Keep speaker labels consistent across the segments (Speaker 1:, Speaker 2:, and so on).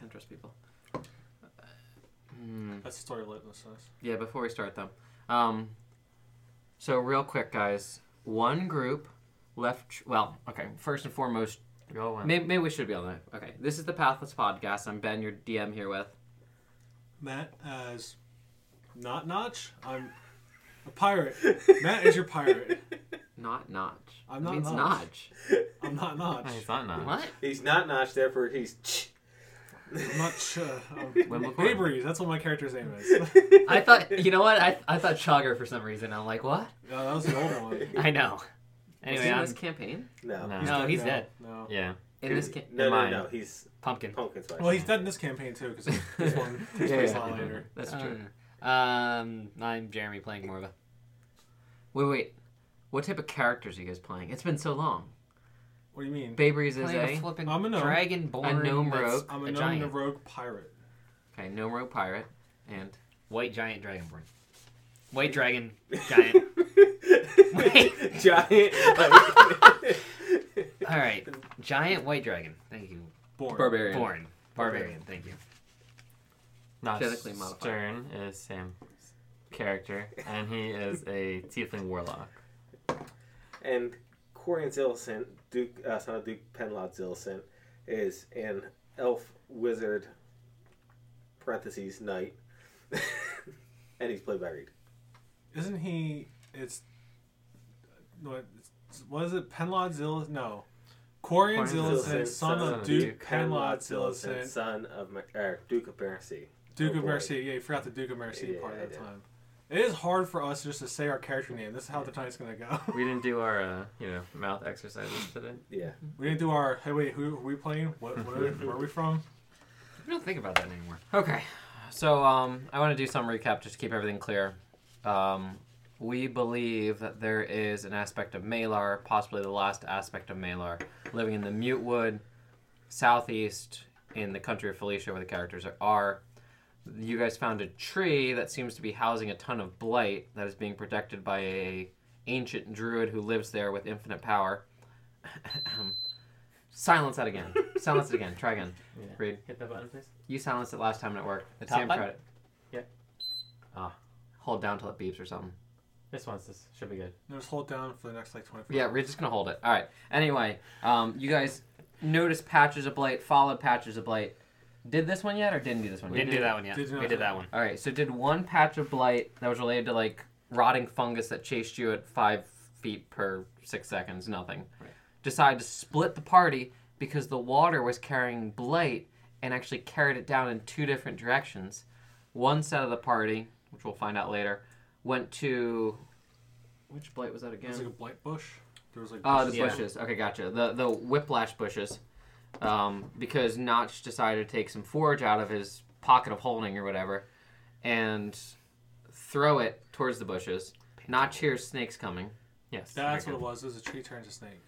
Speaker 1: interest people.
Speaker 2: That's the story of litmus test.
Speaker 1: Yeah, before we start though. Um, so real quick, guys. One group left. Well, okay. First and foremost,
Speaker 3: Go on.
Speaker 1: maybe, maybe we should be on that. Okay, this is the Pathless Podcast. I'm Ben, your DM here with.
Speaker 2: Matt as not Notch. I'm a pirate. Matt is your pirate.
Speaker 1: Not Notch.
Speaker 2: I'm
Speaker 1: It
Speaker 2: not
Speaker 1: means
Speaker 2: Notch. I'm not Notch.
Speaker 3: No, he's not not.
Speaker 1: What?
Speaker 4: He's not Notch, therefore he's.
Speaker 2: I'm not sure. I'm
Speaker 3: Wimbledon.
Speaker 2: Baybreeze, that's what my character's name is. no,
Speaker 1: I thought. You know what? I I thought Chugger for some reason. I'm like, what?
Speaker 2: that was the old one.
Speaker 3: I know.
Speaker 1: Is
Speaker 3: Anyway,
Speaker 1: he in
Speaker 3: I'm,
Speaker 1: this campaign?
Speaker 4: No.
Speaker 3: Uh, No.
Speaker 1: No, he's
Speaker 2: now.
Speaker 1: dead.
Speaker 2: No.
Speaker 3: yeah,
Speaker 1: In this ca-
Speaker 4: No, no,
Speaker 3: Mine.
Speaker 4: no. He's
Speaker 3: pumpkin.
Speaker 4: Pumpkin Spice.
Speaker 2: Well, he's dead in this campaign too, because this one takes
Speaker 1: Yeah,
Speaker 2: place
Speaker 1: yeah.
Speaker 2: a lot later.
Speaker 1: That's
Speaker 3: I
Speaker 1: true.
Speaker 3: don't know. Um, I'm Jeremy playing Morva.
Speaker 1: Wait, wait. What type of characters are you guys playing? It's been so long.
Speaker 2: What do you mean?
Speaker 1: Babe Rees is
Speaker 3: Playing a
Speaker 1: a
Speaker 3: flipping
Speaker 2: I'm a gnome.
Speaker 3: dragonborn,
Speaker 1: A gnome
Speaker 3: that's
Speaker 1: rogue.
Speaker 2: I'm
Speaker 3: a
Speaker 2: a known
Speaker 3: giant,
Speaker 2: the rogue pirate.
Speaker 1: okay, no rogue pirate, and
Speaker 3: white giant dragonborn, white dragon giant. Wait.
Speaker 4: Giant. like-
Speaker 3: All right, giant white dragon. Thank you.
Speaker 2: Born.
Speaker 1: barbarian.
Speaker 3: Born barbarian. Thank you.
Speaker 1: Not
Speaker 5: Not
Speaker 1: genetically modified.
Speaker 5: Stern is Sam's character, and he is a tiefling warlock.
Speaker 4: and Corian Zillison, Duke, uh, son of Duke Penlod Zillison, is an elf wizard, parentheses, knight. and he's played by Reed.
Speaker 2: Isn't he? It's what? It's, what is it? Penlod Zillis? No, Corian
Speaker 5: Corian
Speaker 2: Zillison,
Speaker 4: Zillison,
Speaker 2: son of Duke Penlod Zillison,
Speaker 4: son of Mer- er, Duke of Mercy.
Speaker 2: Duke
Speaker 4: Oh,
Speaker 2: of
Speaker 4: boy.
Speaker 2: Mercy. Yeah, you forgot the Duke of Mercy
Speaker 4: Yeah,
Speaker 2: part
Speaker 4: I
Speaker 2: at that
Speaker 4: did.
Speaker 2: time. It is hard for us just to say our character name. This is how the tonight's gonna go.
Speaker 5: We didn't do our, uh, you know, mouth exercises today.
Speaker 4: Yeah.
Speaker 2: we didn't do our. Hey, wait, who are we playing? What? what are, where are we from?
Speaker 3: We don't think about that anymore.
Speaker 1: Okay, so um, I want to do some recap just to keep everything clear. Um, we believe that there is an aspect of Malar, possibly the last aspect of Malar, living in the Mute Wood, southeast in the country of Felicia, where the characters are- are. You guys found a tree that seems to be housing a ton of blight that is being protected by a ancient druid who lives there with infinite power. Silence that again. Silence it again. Try again.
Speaker 5: Yeah.
Speaker 1: Read.
Speaker 5: Hit the button, please.
Speaker 1: You silenced it last time and it worked.
Speaker 5: The top
Speaker 1: Sam
Speaker 5: button?
Speaker 1: tried it.
Speaker 5: Yep.
Speaker 1: Ah, hold down till it beeps or something.
Speaker 5: This one's this should be good.
Speaker 2: Just hold down for the next like twenty.
Speaker 1: Yeah, we're just gonna hold it. All right. Anyway, um, you guys noticed patches of blight, followed patches of blight. Did this one yet, or didn't do this one?
Speaker 3: We didn't
Speaker 1: yet?
Speaker 3: do that one yet.
Speaker 2: Did you
Speaker 3: we
Speaker 2: not-
Speaker 3: did that one.
Speaker 1: All right. So did one patch of blight that was related to like rotting fungus that chased you at five feet per six seconds? Nothing.
Speaker 3: Right.
Speaker 1: Decide to split the party because the water was carrying blight and actually carried it down in two different directions. One set of the party, which we'll find out later, went to which blight was that
Speaker 2: It was like a
Speaker 1: again?
Speaker 2: blight bush. There was like.
Speaker 1: Oh, the
Speaker 2: bushes.
Speaker 3: Yeah.
Speaker 1: bushes. Okay, gotcha. The the whiplash bushes, um, because Notch decided to take some forage out of his pocket of holding or whatever, and throw it towards the bushes. Notch hears snakes coming.
Speaker 5: Yes.
Speaker 2: That's what
Speaker 5: very
Speaker 2: it was. It was a tree turned to snake.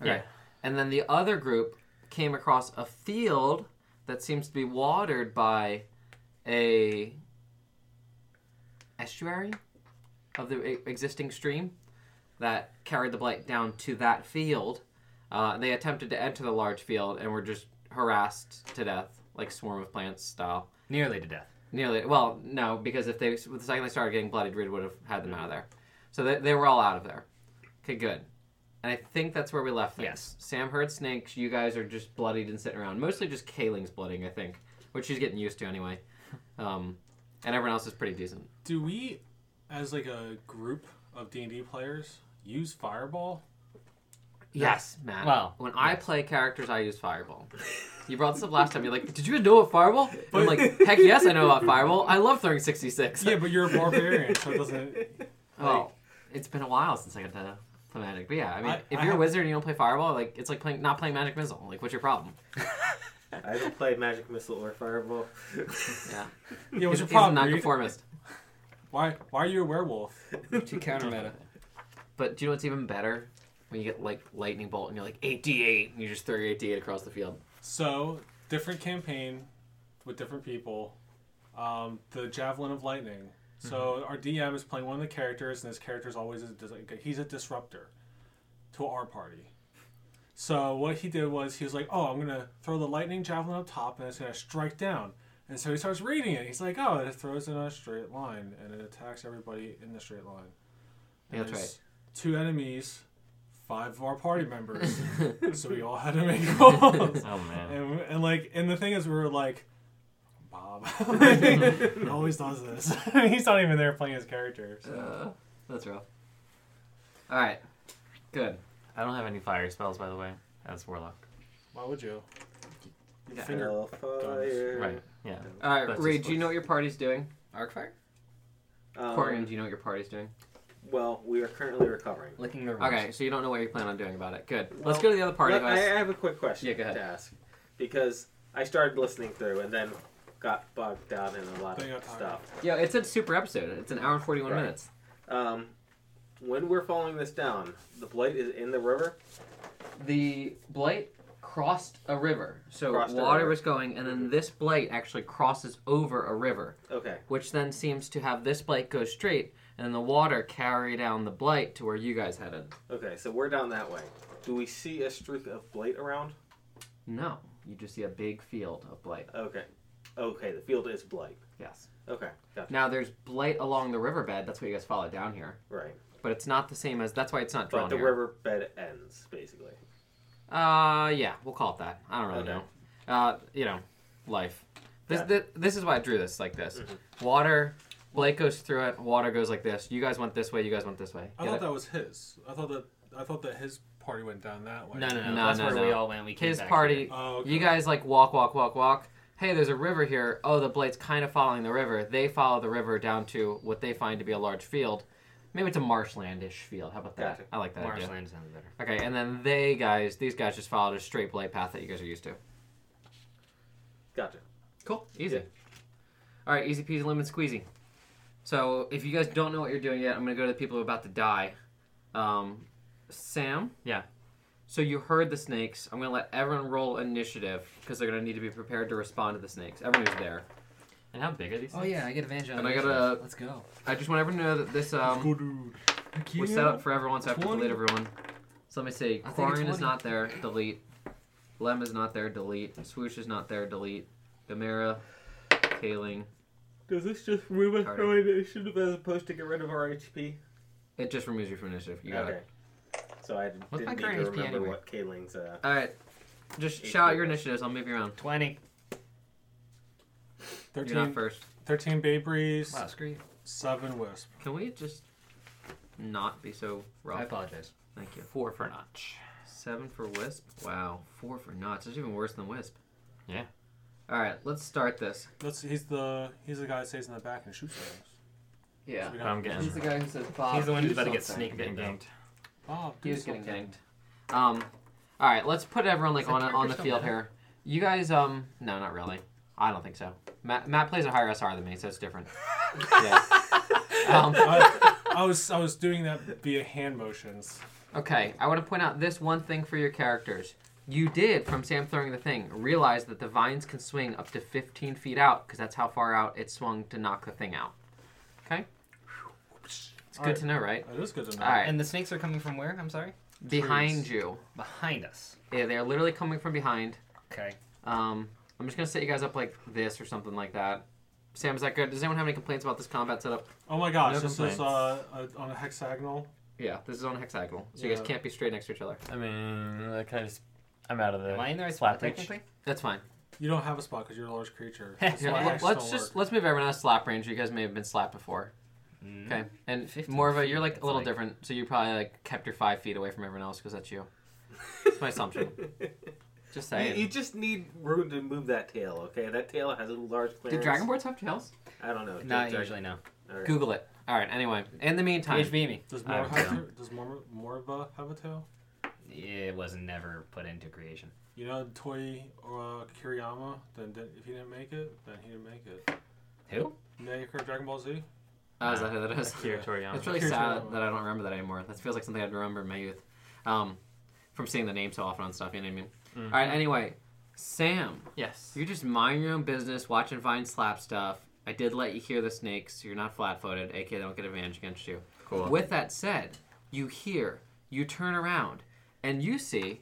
Speaker 1: Okay.
Speaker 5: Yeah.
Speaker 1: And then the other group came across a field that seems to be watered by a estuary of the e- existing stream that carried the blight down to that field. Uh, they attempted to enter the large field and were just harassed to death, like swarm of plants style.
Speaker 3: Nearly to death.
Speaker 1: Nearly. Well, no, because if they the second they started getting bloodied, Reed would have had them out of there. So they, they were all out of there. Okay, good. And I think that's where we left things.
Speaker 3: Yes.
Speaker 1: Sam heard snakes. You guys are just bloodied and sitting around. Mostly just Kaling's blooding, I think, which she's getting used to anyway. Um, and everyone else is pretty decent.
Speaker 2: Do we, as like a group of D and D players, use fireball?
Speaker 1: Yes, Matt.
Speaker 3: Well,
Speaker 1: when I play characters, I use Fireball. you brought this up last time. You're like, did you know about Fireball? And I'm like, heck yes, I know about Fireball. I love throwing 66.
Speaker 2: Yeah, but you're a barbarian, so it doesn't.
Speaker 1: Oh, it's been a while since I got to play Magic. But yeah, I mean,
Speaker 2: I-
Speaker 1: if
Speaker 2: I
Speaker 1: you're a
Speaker 2: have-
Speaker 1: wizard and you don't play Fireball, like it's like playing not playing Magic Missile. Like, what's your problem?
Speaker 4: I don't play Magic Missile or Fireball.
Speaker 1: Yeah,
Speaker 2: Yeah, what's
Speaker 1: He's-
Speaker 2: your
Speaker 1: he's a
Speaker 2: problem? Reed?
Speaker 1: nonconformist.
Speaker 2: Why? Why are you a werewolf?
Speaker 3: Two counter meta.
Speaker 1: But do you know what's even better? When you get like lightning bolt and you're like 8d8 and you just throw your 8d8 across the field.
Speaker 2: So different campaign, with different people. Um, the javelin of lightning. So
Speaker 1: Mm-hmm.
Speaker 2: our DM is playing one of the characters, and this character is always a, dis- he's a disruptor to our party. So what he did was he was like, "Oh, I'm gonna throw the lightning javelin up top, and it's gonna strike down." And so he starts reading it. He's like, "Oh, it throws in a straight line, and it attacks everybody in the straight line." And
Speaker 1: Yeah, that's
Speaker 2: there's Two enemies, five of our party members. so we all had to make rolls.
Speaker 5: Oh man.
Speaker 2: And, and like, and the thing is, we were like, Bob He always does this. He's not even there playing his character. So.
Speaker 5: Uh, that's rough. All right. Good. I don't have any fire spells, by the way, as warlock.
Speaker 2: Why would you?
Speaker 5: Yeah.
Speaker 2: Finger.
Speaker 4: Hellfire.
Speaker 5: Right. Yeah.
Speaker 1: All right,
Speaker 5: That's
Speaker 1: Ray.
Speaker 5: his
Speaker 1: Do you know what your party's doing? Arcfire.
Speaker 4: Um,
Speaker 1: Corian, do you know what your party's doing?
Speaker 4: Well, we are currently recovering.
Speaker 3: Licking their
Speaker 1: Okay,
Speaker 3: wounds.
Speaker 1: so you don't know what you plan on doing about it. Good. Let's
Speaker 4: Well,
Speaker 1: go to the other party.
Speaker 4: Let- I,
Speaker 1: guys.
Speaker 4: I have a quick question
Speaker 1: Yeah, go ahead.
Speaker 4: to ask because I started listening through and then got bogged down in a lot
Speaker 2: Then
Speaker 4: of
Speaker 2: got tired.
Speaker 4: stuff.
Speaker 1: Yeah, it said super episode. It's an hour and forty-one
Speaker 4: Right.
Speaker 1: minutes.
Speaker 4: Um, when we're following this down, the blight is in the river.
Speaker 1: The blight crossed a river, Mm-hmm. so
Speaker 4: Crossed a
Speaker 1: water
Speaker 4: river.
Speaker 1: was going, and then this blight actually crosses over a river,
Speaker 4: Okay.
Speaker 1: which then seems to have this blight go straight, and then the water carry down the blight to where you guys headed.
Speaker 4: Okay, so we're down that way. Do we see a streak of blight around?
Speaker 1: No, you just see a big field of blight.
Speaker 4: Okay. Okay, the field is blight.
Speaker 1: Yes.
Speaker 4: Okay, gotcha.
Speaker 1: Now there's blight along the riverbed. That's what you guys follow down here,
Speaker 4: Right.
Speaker 1: but it's not the same as. That's why it's not drawn
Speaker 4: But the
Speaker 1: here.
Speaker 4: riverbed ends, basically.
Speaker 1: Uh, yeah, we'll call it that. I don't really
Speaker 4: Okay.
Speaker 1: know. Uh, you know, life. This,
Speaker 4: Yeah.
Speaker 1: this this is why I drew this like this. Water, Blake goes through it. Water goes like this. You guys went this way. You guys went this way.
Speaker 2: I
Speaker 1: Get
Speaker 2: thought
Speaker 1: it?
Speaker 2: that was his. I thought that I thought that his party went down that way.
Speaker 3: No, no, no.
Speaker 1: No,
Speaker 3: That's
Speaker 1: no,
Speaker 3: where
Speaker 1: no.
Speaker 3: we all went. We came
Speaker 1: His
Speaker 3: back
Speaker 1: party.
Speaker 2: Oh, okay.
Speaker 1: You guys like walk, walk, walk, walk. Hey, there's a river here. Oh, the Blake's kind of following the river. They follow the river down to what they find to be a large field. Maybe it's a marshlandish field. How about that?
Speaker 4: Gotcha.
Speaker 1: I like that
Speaker 3: Here.
Speaker 1: idea.
Speaker 3: Marshland sounds better.
Speaker 1: Okay, and then they guys, these guys just followed a straight Blake path that you guys are used to.
Speaker 4: Gotcha.
Speaker 1: Cool. Easy.
Speaker 4: Yeah.
Speaker 1: All right, easy peasy lemon squeezy. So if you guys don't know what you're doing yet, I'm gonna go to the people who are about to die. Um, Sam.
Speaker 5: Yeah.
Speaker 1: So you heard the snakes. I'm gonna let everyone roll initiative because they're gonna need to be prepared to respond to the snakes. Everyone who's there.
Speaker 5: And how big are these?
Speaker 3: Oh
Speaker 5: things?
Speaker 3: yeah, I get advantage on.
Speaker 1: And I
Speaker 3: initiative.
Speaker 1: gotta-
Speaker 3: Let's go.
Speaker 1: I just want everyone to know that this um, was set up for everyone, so I have to
Speaker 2: 20.
Speaker 1: delete everyone. So let me see.
Speaker 3: I think it's
Speaker 1: Quarian is
Speaker 3: 20.
Speaker 1: not there. Delete. Lem is not there. Delete. Swoosh is not there. Delete. Gamera. Kaling.
Speaker 4: Does this just move us
Speaker 1: Alright.
Speaker 4: from initiative as opposed to get rid of our HP?
Speaker 1: It just removes you from initiative. You got it.
Speaker 4: Okay. So I didn't
Speaker 1: my
Speaker 4: need to
Speaker 1: current
Speaker 4: remember
Speaker 1: HP anyway?
Speaker 4: what Kaling's. Uh,
Speaker 1: All right. Just
Speaker 4: Eight
Speaker 1: shout out your
Speaker 4: people.
Speaker 1: initiatives. I'll move you around.
Speaker 3: Twenty.
Speaker 1: You're not
Speaker 2: 13,
Speaker 1: first.
Speaker 2: 13 Bay Breeze,
Speaker 3: Wow, screw you.
Speaker 2: 7 Wisp.
Speaker 1: Can we just not be so
Speaker 3: I
Speaker 1: rough?
Speaker 3: apologize.
Speaker 1: Thank you.
Speaker 5: Four for notch.
Speaker 1: Seven for Wisp. Wow. Four for Knots. That's even worse than Wisp.
Speaker 5: Yeah.
Speaker 1: All right. Let's start this.
Speaker 2: That's he's the he's the guy that stays in the back and shoots things.
Speaker 1: Yeah.
Speaker 2: We
Speaker 5: I'm
Speaker 2: don't-
Speaker 5: getting.
Speaker 1: He's the guy who says Bob.
Speaker 3: He's the one who's
Speaker 1: do
Speaker 3: about to get
Speaker 1: something."
Speaker 5: I'm
Speaker 3: sneaked
Speaker 5: getting
Speaker 3: in. though.
Speaker 5: ganked.
Speaker 2: Bob,
Speaker 1: He
Speaker 2: do
Speaker 1: was getting
Speaker 2: something.
Speaker 1: ganked. Um. All right. Let's put everyone like
Speaker 3: Is that
Speaker 1: on a, on
Speaker 3: character
Speaker 1: the
Speaker 3: still
Speaker 1: field
Speaker 3: meta?
Speaker 1: here. You guys. Um. No, not really. I don't think so. Matt, Matt plays a higher SR than me, so it's different. yeah. Um,
Speaker 2: I, I was I was doing that via hand motions.
Speaker 1: Okay, I want to point out this one thing for your characters. You did, from Sam throwing the thing, realize that the vines can swing up to 15 feet out because that's how far out it swung to knock the thing out. Okay? It's good
Speaker 2: Alright.
Speaker 1: to know, right?
Speaker 2: That is good to know.
Speaker 1: Alright.
Speaker 3: And the snakes are coming from where? I'm sorry.
Speaker 1: Behind you.
Speaker 3: Behind us.
Speaker 1: Yeah, they're literally coming from behind.
Speaker 3: Okay.
Speaker 1: Um, I'm just going to set you guys up like this or something like that. Sam, is that good? Does anyone have any complaints about this combat setup?
Speaker 2: Oh my gosh,
Speaker 5: No
Speaker 2: this is
Speaker 5: complaints.
Speaker 2: uh, a, on a hexagonal.
Speaker 1: Yeah, this is on a hexagonal, so you guys
Speaker 2: Yeah.
Speaker 1: can't be straight next to each other.
Speaker 5: I mean, I kind of. Just, I'm out of the.
Speaker 3: Am I in the right
Speaker 5: slap
Speaker 3: spot technically?
Speaker 1: That's fine.
Speaker 2: You don't have a spot because you're a large creature.
Speaker 3: Yeah,
Speaker 2: That's
Speaker 1: Here,
Speaker 2: why
Speaker 1: let-
Speaker 2: hexes
Speaker 1: let's
Speaker 2: don't
Speaker 1: just
Speaker 2: work.
Speaker 1: let's move everyone out of slap range. You guys may have been slapped before.
Speaker 3: Mm-hmm.
Speaker 1: Okay, and
Speaker 3: 15
Speaker 1: Morva,
Speaker 3: feet,
Speaker 1: you're like a
Speaker 3: that's
Speaker 1: little
Speaker 3: like-
Speaker 1: different, so you probably like kept your five feet away from everyone else because that's you. That's my assumption. Just
Speaker 4: you,
Speaker 1: saying.
Speaker 4: you just need room to move that tail, okay? That tail has a large
Speaker 1: Do
Speaker 4: clearance.
Speaker 1: dragon boards have tails?
Speaker 4: I don't know.
Speaker 3: Not
Speaker 4: Dra-
Speaker 3: usually, no.
Speaker 4: Alright.
Speaker 1: Google it. All right. Anyway, in the meantime,
Speaker 3: HB me.
Speaker 2: Does
Speaker 5: I
Speaker 2: Morva
Speaker 5: don't
Speaker 2: have, a- does Mor- Morva have a tail?
Speaker 3: It was never put into creation.
Speaker 2: You know, Toy uh, Kiriyama. Then did, if he didn't make it, then he didn't make it.
Speaker 3: Who?
Speaker 2: Yeah, you heard Dragon Ball Z.
Speaker 1: oh, is that who that is?
Speaker 5: Akira Toriyama.
Speaker 1: It's really
Speaker 2: Akira
Speaker 1: sad
Speaker 2: Toriyama.
Speaker 1: that I don't remember that anymore. That feels like something I'd remember in my youth, um, from seeing the name so often on stuff. You know what I mean? All right. Anyway, Sam,
Speaker 5: Yes.
Speaker 1: you just mind your own business, watching Vine slap stuff. I did let you hear the snakes. so you're not flat-footed, aka they don't get advantage against you.
Speaker 5: Cool.
Speaker 1: With that said, you hear, you turn around, and you see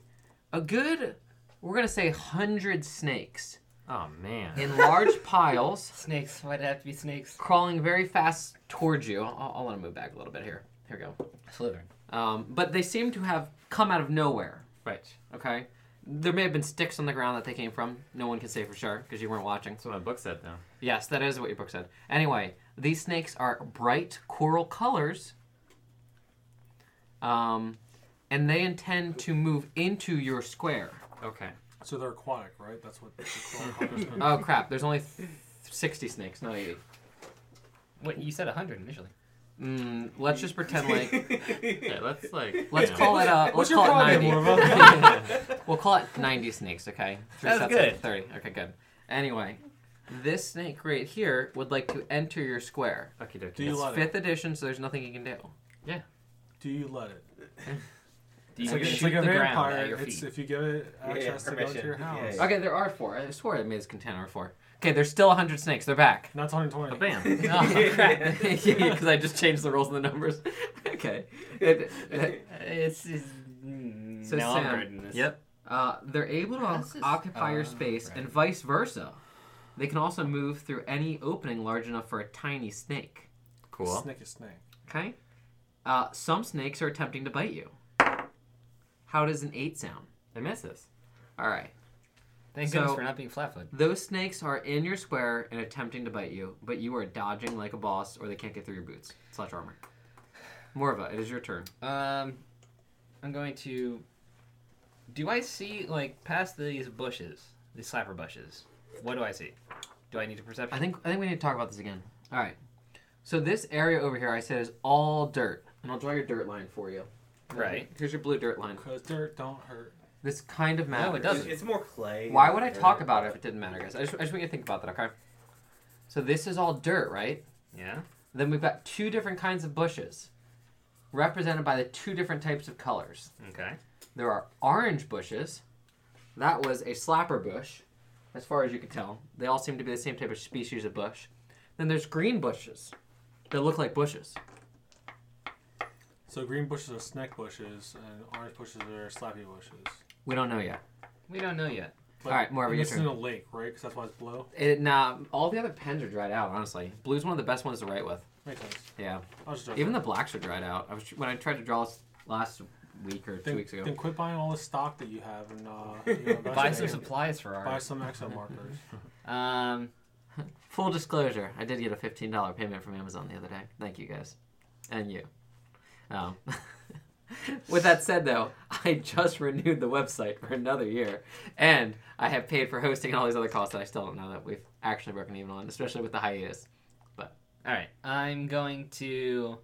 Speaker 1: a good, we're gonna say hundred snakes
Speaker 5: Oh man.
Speaker 1: in large piles,
Speaker 3: Snakes. Why'd it have to be snakes?
Speaker 1: crawling very fast towards you. I'll, I'll let him move back a little bit here. Here we go.
Speaker 3: Slytherin.
Speaker 1: Um, but they seem to have come out of nowhere.
Speaker 5: Right.
Speaker 1: Okay, there may have been sticks on the ground that they came from. No one can say for sure because you weren't watching.
Speaker 5: That's what my book said though.
Speaker 1: Yes, that is what your book said. Anyway, these snakes are bright coral colors. Um, and they intend to move into your square.
Speaker 5: Okay.
Speaker 2: So they're aquatic, right? That's what the coral colors mean.
Speaker 1: Oh crap! There's only th- sixty snakes, not eighty.
Speaker 3: What you said? hundred initially.
Speaker 1: Mm, let's just pretend like
Speaker 5: Yeah, let's like
Speaker 1: let's
Speaker 5: you know.
Speaker 1: call it uh, let's
Speaker 2: What's your
Speaker 1: call it
Speaker 2: problem,
Speaker 1: ninety.
Speaker 2: Orva?
Speaker 1: We'll call it 90 snakes, okay? Three
Speaker 3: That's
Speaker 1: sets of
Speaker 3: good.
Speaker 1: 30. Okay, good. Anyway, this snake right here would like to enter your square.
Speaker 5: Okie dokie.
Speaker 2: Do you
Speaker 1: It's
Speaker 2: let it?
Speaker 1: fifth edition, so there's nothing you can do.
Speaker 2: Do you let it?
Speaker 3: Do
Speaker 2: It's
Speaker 3: you
Speaker 2: like,
Speaker 3: shoot
Speaker 2: it's like a
Speaker 3: the ground
Speaker 2: vampire.
Speaker 3: at your
Speaker 2: It's
Speaker 3: feet?
Speaker 2: if you give it
Speaker 4: Yeah, yeah,
Speaker 2: access to go into
Speaker 4: permission.
Speaker 2: your house.
Speaker 4: Yeah, yeah.
Speaker 1: Okay, there are four. I swore I made this container four. Okay, there's still 100 snakes. They're back.
Speaker 2: Not
Speaker 5: Oh,
Speaker 2: 120.
Speaker 5: bam.
Speaker 1: Because I just changed the rules and the numbers. Okay. It- it-
Speaker 3: It's, it's mm,
Speaker 1: So
Speaker 3: now
Speaker 1: Sam-
Speaker 3: I'm reading this.
Speaker 5: Yep.
Speaker 1: uh, they're able to
Speaker 3: How's this-
Speaker 1: occupy your
Speaker 3: uh,
Speaker 1: space
Speaker 3: right.
Speaker 1: and vice versa. They can also move through any opening large enough for a tiny snake.
Speaker 5: Cool.
Speaker 2: Snake is snake.
Speaker 1: Okay. Uh, some snakes are attempting to bite you. How does an eight sound?
Speaker 5: It misses.
Speaker 1: All right.
Speaker 3: Thank
Speaker 1: So-
Speaker 3: goodness for not being flat-footed.
Speaker 1: Those snakes are in your square and attempting to bite you, but you are dodging like a boss, or they can't get through your boots slash armor. Morva, it is your turn.
Speaker 3: Um, I'm going to. Do I see like past these bushes, these slapper bushes? What do I see? Do I need a perception?
Speaker 1: I think I think we need to talk about this again. All right. So this area over here, I said, is all dirt, and I'll draw your dirt line for you.
Speaker 3: right.
Speaker 1: Here's your blue dirt line.
Speaker 2: Because dirt don't hurt.
Speaker 1: This kind of matters.
Speaker 3: No, it doesn't.
Speaker 4: It's more clay.
Speaker 1: Why would I talk about it if it didn't matter, guys? I just, I just want you to think about that, okay? So this is all dirt, right?
Speaker 3: Yeah.
Speaker 1: Then we've got two different kinds of bushes, represented by the two different types of colors.
Speaker 3: Okay.
Speaker 1: There are orange bushes. That was a slapper bush, as far as you can tell. They all seem to be the same type of species of bush. Then there's green bushes that look like bushes.
Speaker 2: So green bushes are snake bushes, and orange bushes are slappy bushes.
Speaker 1: We don't know yet.
Speaker 3: We don't know yet.
Speaker 2: Like,
Speaker 1: Alright, Marvin,
Speaker 2: and
Speaker 1: your
Speaker 2: This is
Speaker 1: turn.
Speaker 2: in a lake, right? Because that's why it's blue.
Speaker 1: It, nah, all the other pens are dried out, honestly. Blue's one of the best ones to write with.
Speaker 2: Makes sense.
Speaker 1: Yeah.
Speaker 2: I'll just
Speaker 1: Even the blacks are dried out. I was, when I tried to draw this last week or two
Speaker 2: then,
Speaker 1: weeks ago.
Speaker 2: Then quit buying all the stock that you have and uh, you know,
Speaker 3: Buy
Speaker 2: invest
Speaker 3: some
Speaker 2: in it.
Speaker 3: supplies for
Speaker 2: buy
Speaker 3: our.
Speaker 2: some exo markers.
Speaker 3: Um.
Speaker 1: Full disclosure, I did get a fifteen dollar payment from Amazon the other day. Thank you guys, and you. Um, with that said, though, I just renewed the website for another year, and I have paid for hosting and all these other costs that I still don't know that we've actually broken even on, especially with the hiatus.
Speaker 3: All right. I'm going to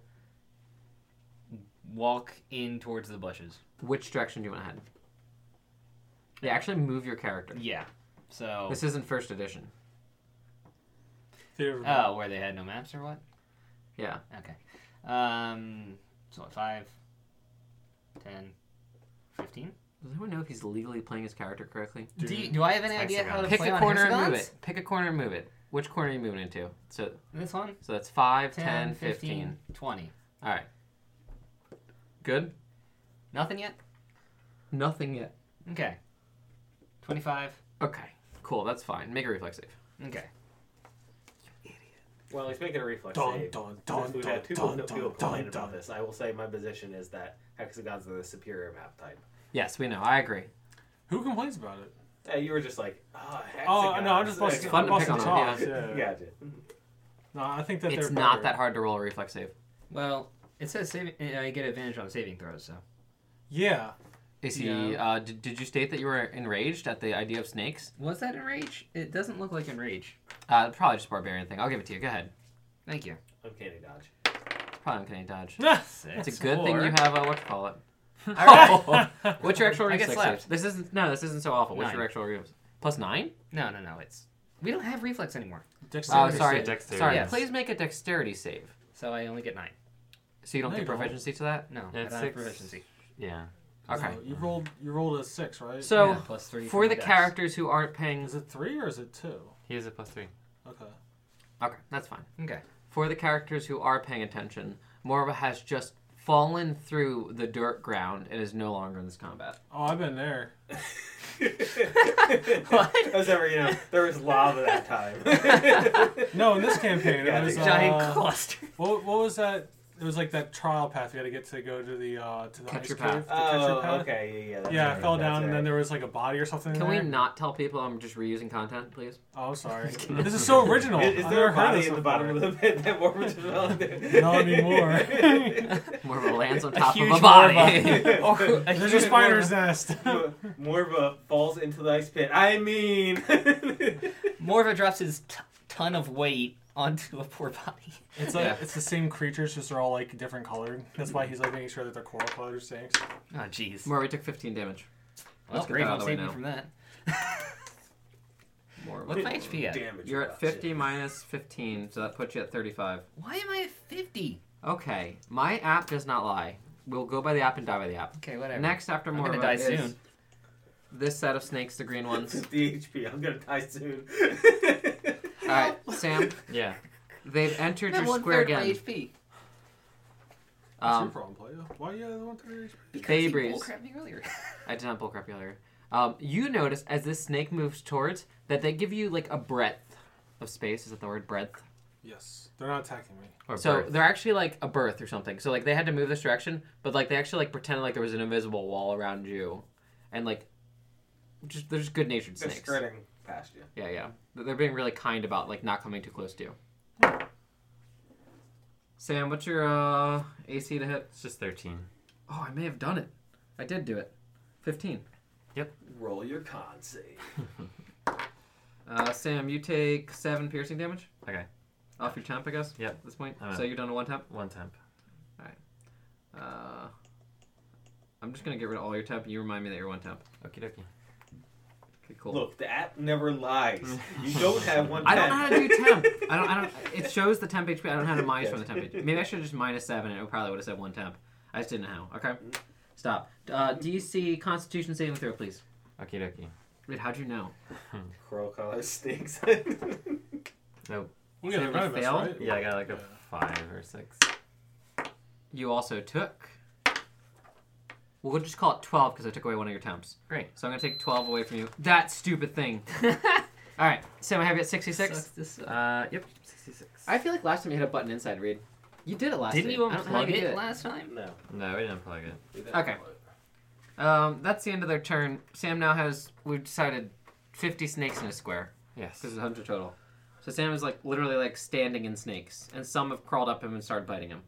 Speaker 3: walk in towards the bushes.
Speaker 1: Which direction do you want to head? They actually move your character.
Speaker 3: Yeah. So.
Speaker 1: This isn't first edition.
Speaker 2: Theory.
Speaker 1: Uh,
Speaker 3: Oh, where they had no maps or what?
Speaker 1: Yeah.
Speaker 3: Okay. Um. So what? Five. Ten. Fifteen.
Speaker 1: Does anyone know if he's legally playing his character correctly?
Speaker 3: Do, you- do I have any
Speaker 5: It's
Speaker 3: idea how to
Speaker 1: Pick
Speaker 3: play
Speaker 1: a
Speaker 3: on
Speaker 1: corner and move
Speaker 3: hexagons?
Speaker 1: it. Pick a corner and move it. Which corner are you moving into? So,
Speaker 3: This one?
Speaker 1: so that's 5,
Speaker 3: 10,
Speaker 1: 10,
Speaker 3: 15,
Speaker 1: 15.
Speaker 3: 20.
Speaker 1: All right. Good?
Speaker 3: Nothing yet?
Speaker 1: Nothing yet.
Speaker 3: Okay. 25.
Speaker 1: Okay. Cool. That's fine. Make a reflex save.
Speaker 3: Okay.
Speaker 4: Well, he's making a reflex
Speaker 2: Dun
Speaker 4: save.
Speaker 2: dun
Speaker 4: Since
Speaker 2: dun
Speaker 4: we've
Speaker 2: dun
Speaker 4: had two
Speaker 2: dun
Speaker 4: people
Speaker 2: dun
Speaker 4: complain
Speaker 2: dun
Speaker 4: about
Speaker 2: dun.
Speaker 4: this. I will say my position is that hexagons are the superior map type.
Speaker 1: Yes, we know. I agree.
Speaker 2: Who complains about it?
Speaker 4: Uh, you were just like, oh, hexagons.
Speaker 2: Oh no, I'm just busting.
Speaker 1: It's fun to
Speaker 2: I'm
Speaker 1: pick
Speaker 2: busting
Speaker 1: on 'em,
Speaker 2: chops,
Speaker 1: yeah.
Speaker 2: Yeah.
Speaker 4: Gotcha.
Speaker 2: No, I think that
Speaker 1: it's
Speaker 2: they're
Speaker 1: not that
Speaker 2: better.
Speaker 1: hard to roll a reflex save.
Speaker 3: Well, it says saving, uh, I get advantage on saving throws, so.
Speaker 2: Yeah.
Speaker 1: Is he?
Speaker 3: Yeah.
Speaker 1: Uh, did, did you state that you were enraged at the idea of snakes?
Speaker 3: Was that enrage? It doesn't look like enrage.
Speaker 1: Uh, probably just barbarian thing. I'll give it to you. Go ahead.
Speaker 3: Thank you.
Speaker 4: Uncanny dodge.
Speaker 1: It's probably uncanny dodge.
Speaker 3: Six.
Speaker 1: It's a good thing you have. Uh, what you call it?
Speaker 3: All right.
Speaker 1: What's your actual
Speaker 3: I get
Speaker 1: reflex
Speaker 3: slapped.
Speaker 1: save? This isn't. No, this isn't so awful. What's
Speaker 3: Nine.
Speaker 1: your actual reflex? Plus nine?
Speaker 3: no, no, no. It's. We don't have reflex anymore,
Speaker 1: Oh,
Speaker 2: Dexterity
Speaker 1: sorry.
Speaker 2: save.
Speaker 5: Dexterity.
Speaker 1: Sorry.
Speaker 3: Yes.
Speaker 1: Please make a dexterity save.
Speaker 3: so I only get nine.
Speaker 1: So you don't
Speaker 2: No,
Speaker 1: get
Speaker 2: you don't.
Speaker 1: proficiency to that.
Speaker 3: No,
Speaker 5: Yeah,
Speaker 3: I
Speaker 5: it's
Speaker 3: don't have
Speaker 5: six.
Speaker 3: proficiency.
Speaker 5: Yeah.
Speaker 1: Okay.
Speaker 2: So You rolled. You rolled a six, right?
Speaker 1: So
Speaker 3: Yeah, plus three
Speaker 1: for
Speaker 3: from
Speaker 1: the
Speaker 3: dex.
Speaker 1: characters who aren't paying,
Speaker 2: is it three or is it two?
Speaker 5: He is a plus three.
Speaker 2: Okay.
Speaker 1: okay, that's fine.
Speaker 3: Okay.
Speaker 1: For the characters who are paying attention, Morva has just fallen through the dirt ground and is no longer in this combat.
Speaker 2: Oh, I've been there.
Speaker 4: what? That's never, you know, there was lava that time.
Speaker 2: No, in this campaign,
Speaker 4: Yeah,
Speaker 2: it was
Speaker 4: the
Speaker 2: giant.
Speaker 5: Giant
Speaker 2: Uh,
Speaker 5: cluster.
Speaker 2: what, what was that? It was like that trial path you had to get to go to the uh, to the
Speaker 1: Catcher
Speaker 2: ice cave.
Speaker 1: path.
Speaker 2: the catcher
Speaker 4: oh,
Speaker 2: path.
Speaker 4: okay, yeah, yeah. that's
Speaker 2: Yeah, I
Speaker 4: right,
Speaker 2: fell
Speaker 4: that's
Speaker 2: down, and
Speaker 4: right.
Speaker 2: then there was like a body or something.
Speaker 1: Can
Speaker 2: in
Speaker 1: we
Speaker 2: there.
Speaker 1: not tell people I'm just reusing content, please?
Speaker 2: Oh, I'm sorry. this is so original.
Speaker 4: Is, is
Speaker 2: I've never
Speaker 4: there a
Speaker 2: heard
Speaker 4: body
Speaker 2: this
Speaker 4: in the
Speaker 2: before.
Speaker 4: bottom of the pit that Mormons developed?
Speaker 2: Not anymore.
Speaker 1: Where it lands on top
Speaker 5: huge
Speaker 1: of a body.
Speaker 5: larva.
Speaker 4: Or
Speaker 5: Or a
Speaker 2: There's a
Speaker 5: huge
Speaker 2: spider's nest.
Speaker 4: Morva falls into the ice pit. I mean,
Speaker 5: Morva drops his t- ton of weight onto a poor body.
Speaker 2: it's like
Speaker 1: Yeah.
Speaker 2: it's the same creatures, just they're all like different colored. That's why he's like making sure that their coral color sinks.
Speaker 5: Oh, jeez.
Speaker 1: More, we took 15 damage.
Speaker 5: Well,
Speaker 1: get
Speaker 5: great.
Speaker 1: that out
Speaker 5: I'll
Speaker 1: of the way
Speaker 5: save me
Speaker 1: now.
Speaker 5: from that.
Speaker 1: More.
Speaker 5: What's my HP at?
Speaker 4: damage.
Speaker 1: You're at
Speaker 4: reduction.
Speaker 1: 50 minus 15, so that puts you at 35.
Speaker 5: Why am I at 50?
Speaker 1: Okay, my app does not lie. We'll go by the app and die by the app.
Speaker 5: Okay, whatever.
Speaker 1: Next after
Speaker 5: I'm
Speaker 1: more
Speaker 5: gonna die
Speaker 1: is
Speaker 5: soon.
Speaker 1: this set of snakes, the green ones.
Speaker 4: DHP. I'm gonna die soon.
Speaker 1: All right, Sam,
Speaker 5: Yeah.
Speaker 1: they've entered
Speaker 5: I'm
Speaker 1: your
Speaker 5: one
Speaker 1: square
Speaker 5: third of my
Speaker 1: again.
Speaker 5: HP.
Speaker 2: That's your
Speaker 1: Um,
Speaker 2: problem, player. Why you the one thirty?
Speaker 5: Because he
Speaker 1: Baybreeze.
Speaker 5: bullcrapped me earlier.
Speaker 1: I did not bullcrap you earlier. Um, you notice as this snake moves towards that they give you like a breadth of space. Is that the word breadth?
Speaker 2: Yes, they're not attacking me.
Speaker 5: Or
Speaker 1: So they're actually like a birth or something. So like they had to move this direction, but like they actually like pretended like there was an invisible wall around you, and like just they're just good natured
Speaker 4: They're
Speaker 1: snakes.
Speaker 4: skirting past you.
Speaker 1: Yeah, yeah. Th- They're being really kind about like not coming too close to you. Sam, what's your uh, AC to hit?
Speaker 5: it's just 13.
Speaker 1: Oh, I may have done it. I did do it. Fifteen.
Speaker 4: Roll your con save.
Speaker 1: Uh, Sam, you take seven piercing damage.
Speaker 5: Okay.
Speaker 1: Off your temp, I guess.
Speaker 5: Yep.
Speaker 1: At this point,
Speaker 5: I know.
Speaker 1: so you're down to one temp.
Speaker 5: One temp.
Speaker 1: Uh, I'm just gonna get rid of all your temp. You remind me that you're one temp.
Speaker 5: Okie dokie.
Speaker 1: Okay, cool.
Speaker 4: Look, the app never lies. You don't have one.
Speaker 1: I don't know how to do temp.
Speaker 4: temp.
Speaker 1: I don't. I don't. It shows the temp HP. I don't know how to minus from the temp
Speaker 4: Yes.
Speaker 1: HP. Maybe I should just minus seven, and it probably would have said one temp. I just didn't know how. Okay. Stop. Uh, DC Constitution saving throw, please.
Speaker 5: Okie dokie.
Speaker 1: Wait, how'd you know?
Speaker 4: Coral collar stinks.
Speaker 2: We got
Speaker 1: So
Speaker 2: a
Speaker 1: they
Speaker 2: venomous,
Speaker 1: failed?
Speaker 2: right?
Speaker 5: Yeah, I got like a
Speaker 2: Yeah.
Speaker 5: 5 or 6.
Speaker 1: You also took. We'll just call it twelve because I took away one of your temps.
Speaker 5: Great.
Speaker 1: So I'm gonna take twelve away from you. That stupid thing. All right, Sam, I have you at sixty-six.
Speaker 5: Sucks this- uh, yep. 66.
Speaker 1: I feel like last time you hit a button inside, Reed. You did it last
Speaker 5: Didn't
Speaker 1: time.
Speaker 5: you
Speaker 1: I don't know how
Speaker 5: unplug
Speaker 1: did
Speaker 5: it last time?
Speaker 4: no.
Speaker 5: No, we didn't unplug it.
Speaker 4: we don't
Speaker 1: Okay.
Speaker 4: want it.
Speaker 1: Um, that's the end of their turn. Sam now has, we've decided, 50 snakes in a square.
Speaker 5: Yes.
Speaker 1: Because it's 100 total. So Sam is like literally like standing in snakes. And some have crawled up him and started biting him.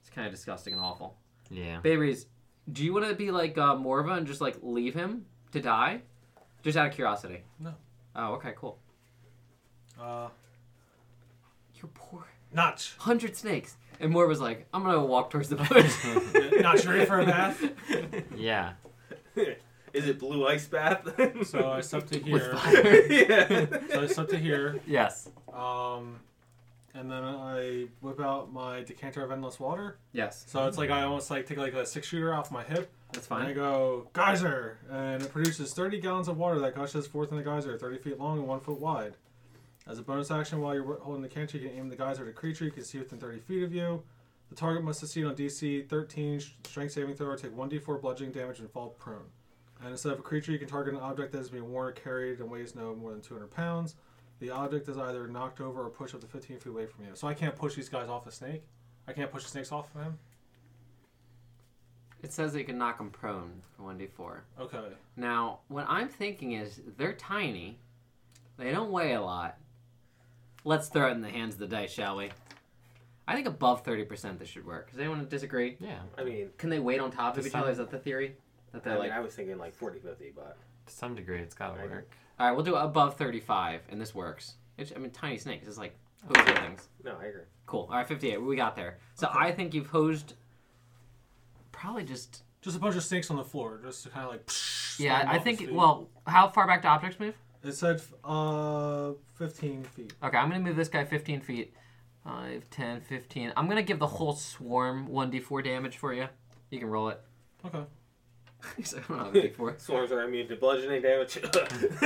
Speaker 1: It's kind of disgusting and awful.
Speaker 5: Yeah.
Speaker 1: Babies, do you want to be like uh, Morva and just like leave him to die? Just out of curiosity.
Speaker 2: No.
Speaker 1: Oh, okay, cool.
Speaker 2: Uh,
Speaker 1: You're poor.
Speaker 2: Notch.
Speaker 1: 100 snakes. And Morva's like, I'm going to walk towards the bush.
Speaker 2: Notch, you ready for a bath?
Speaker 5: Yeah.
Speaker 4: Is it blue ice bath?
Speaker 2: So uh, I stepped to
Speaker 1: With
Speaker 2: here.
Speaker 1: fire.
Speaker 4: yeah.
Speaker 2: So I stepped to here.
Speaker 1: Yes.
Speaker 2: Um, and then I whip out my decanter of endless water.
Speaker 1: Yes.
Speaker 2: So it's like I almost like take like a six shooter off my hip.
Speaker 1: That's
Speaker 2: And I
Speaker 1: fine.
Speaker 2: go geyser, and it produces 30 gallons of water that gushes forth in the geyser, 30 feet long and one foot wide. As a bonus action, while you're holding the canter, you can aim the geyser at a creature you can see within 30 feet of you. The target must succeed on DC 13 sh- strength saving throw or take 1d4 bludgeoning damage and fall prone. And instead of a creature, you can target an object that has been worn or carried and weighs no more than 200 pounds. The object is either knocked over or pushed up to 15 feet away from you. So I can't push these guys off the snake. I can't push the snakes off of him.
Speaker 1: It says that you can knock him prone for 1d4.
Speaker 2: Okay.
Speaker 1: Now, what I'm thinking is they're tiny. They don't weigh a lot. Let's throw it in the hands of the dice, shall we? I think above 30% this should work. Does anyone disagree?
Speaker 5: Yeah.
Speaker 4: I mean,
Speaker 1: Can they wait on top of
Speaker 5: Just
Speaker 1: each other?
Speaker 5: some-
Speaker 1: Is that the theory? That
Speaker 4: I,
Speaker 1: they're
Speaker 4: mean
Speaker 1: like,
Speaker 4: I was thinking like 40, 50, but
Speaker 5: To some degree, it's gotta
Speaker 4: Right.
Speaker 5: work.
Speaker 1: all right, we'll do above 35, and this works. It's, I mean, tiny snakes. It's like hose your things.
Speaker 4: no, I agree.
Speaker 1: Cool. All right, 58. We got there. So I think you've hosed probably just.
Speaker 2: Just a bunch of snakes on the floor, just to kind of like. psh,
Speaker 1: Yeah,
Speaker 2: slam
Speaker 1: I
Speaker 2: off
Speaker 1: think.
Speaker 2: his feet.
Speaker 1: Well, how far back do objects move?
Speaker 2: It said uh, 15 feet.
Speaker 1: Okay, I'm going to move this guy 15 feet. 5, 10, 15. I'm going to give the whole swarm 1d4 damage for you. You can roll it.
Speaker 2: Okay.
Speaker 1: He's like, I don't know how to d4.
Speaker 4: Swarms are immune to bludgeoning damage.
Speaker 1: I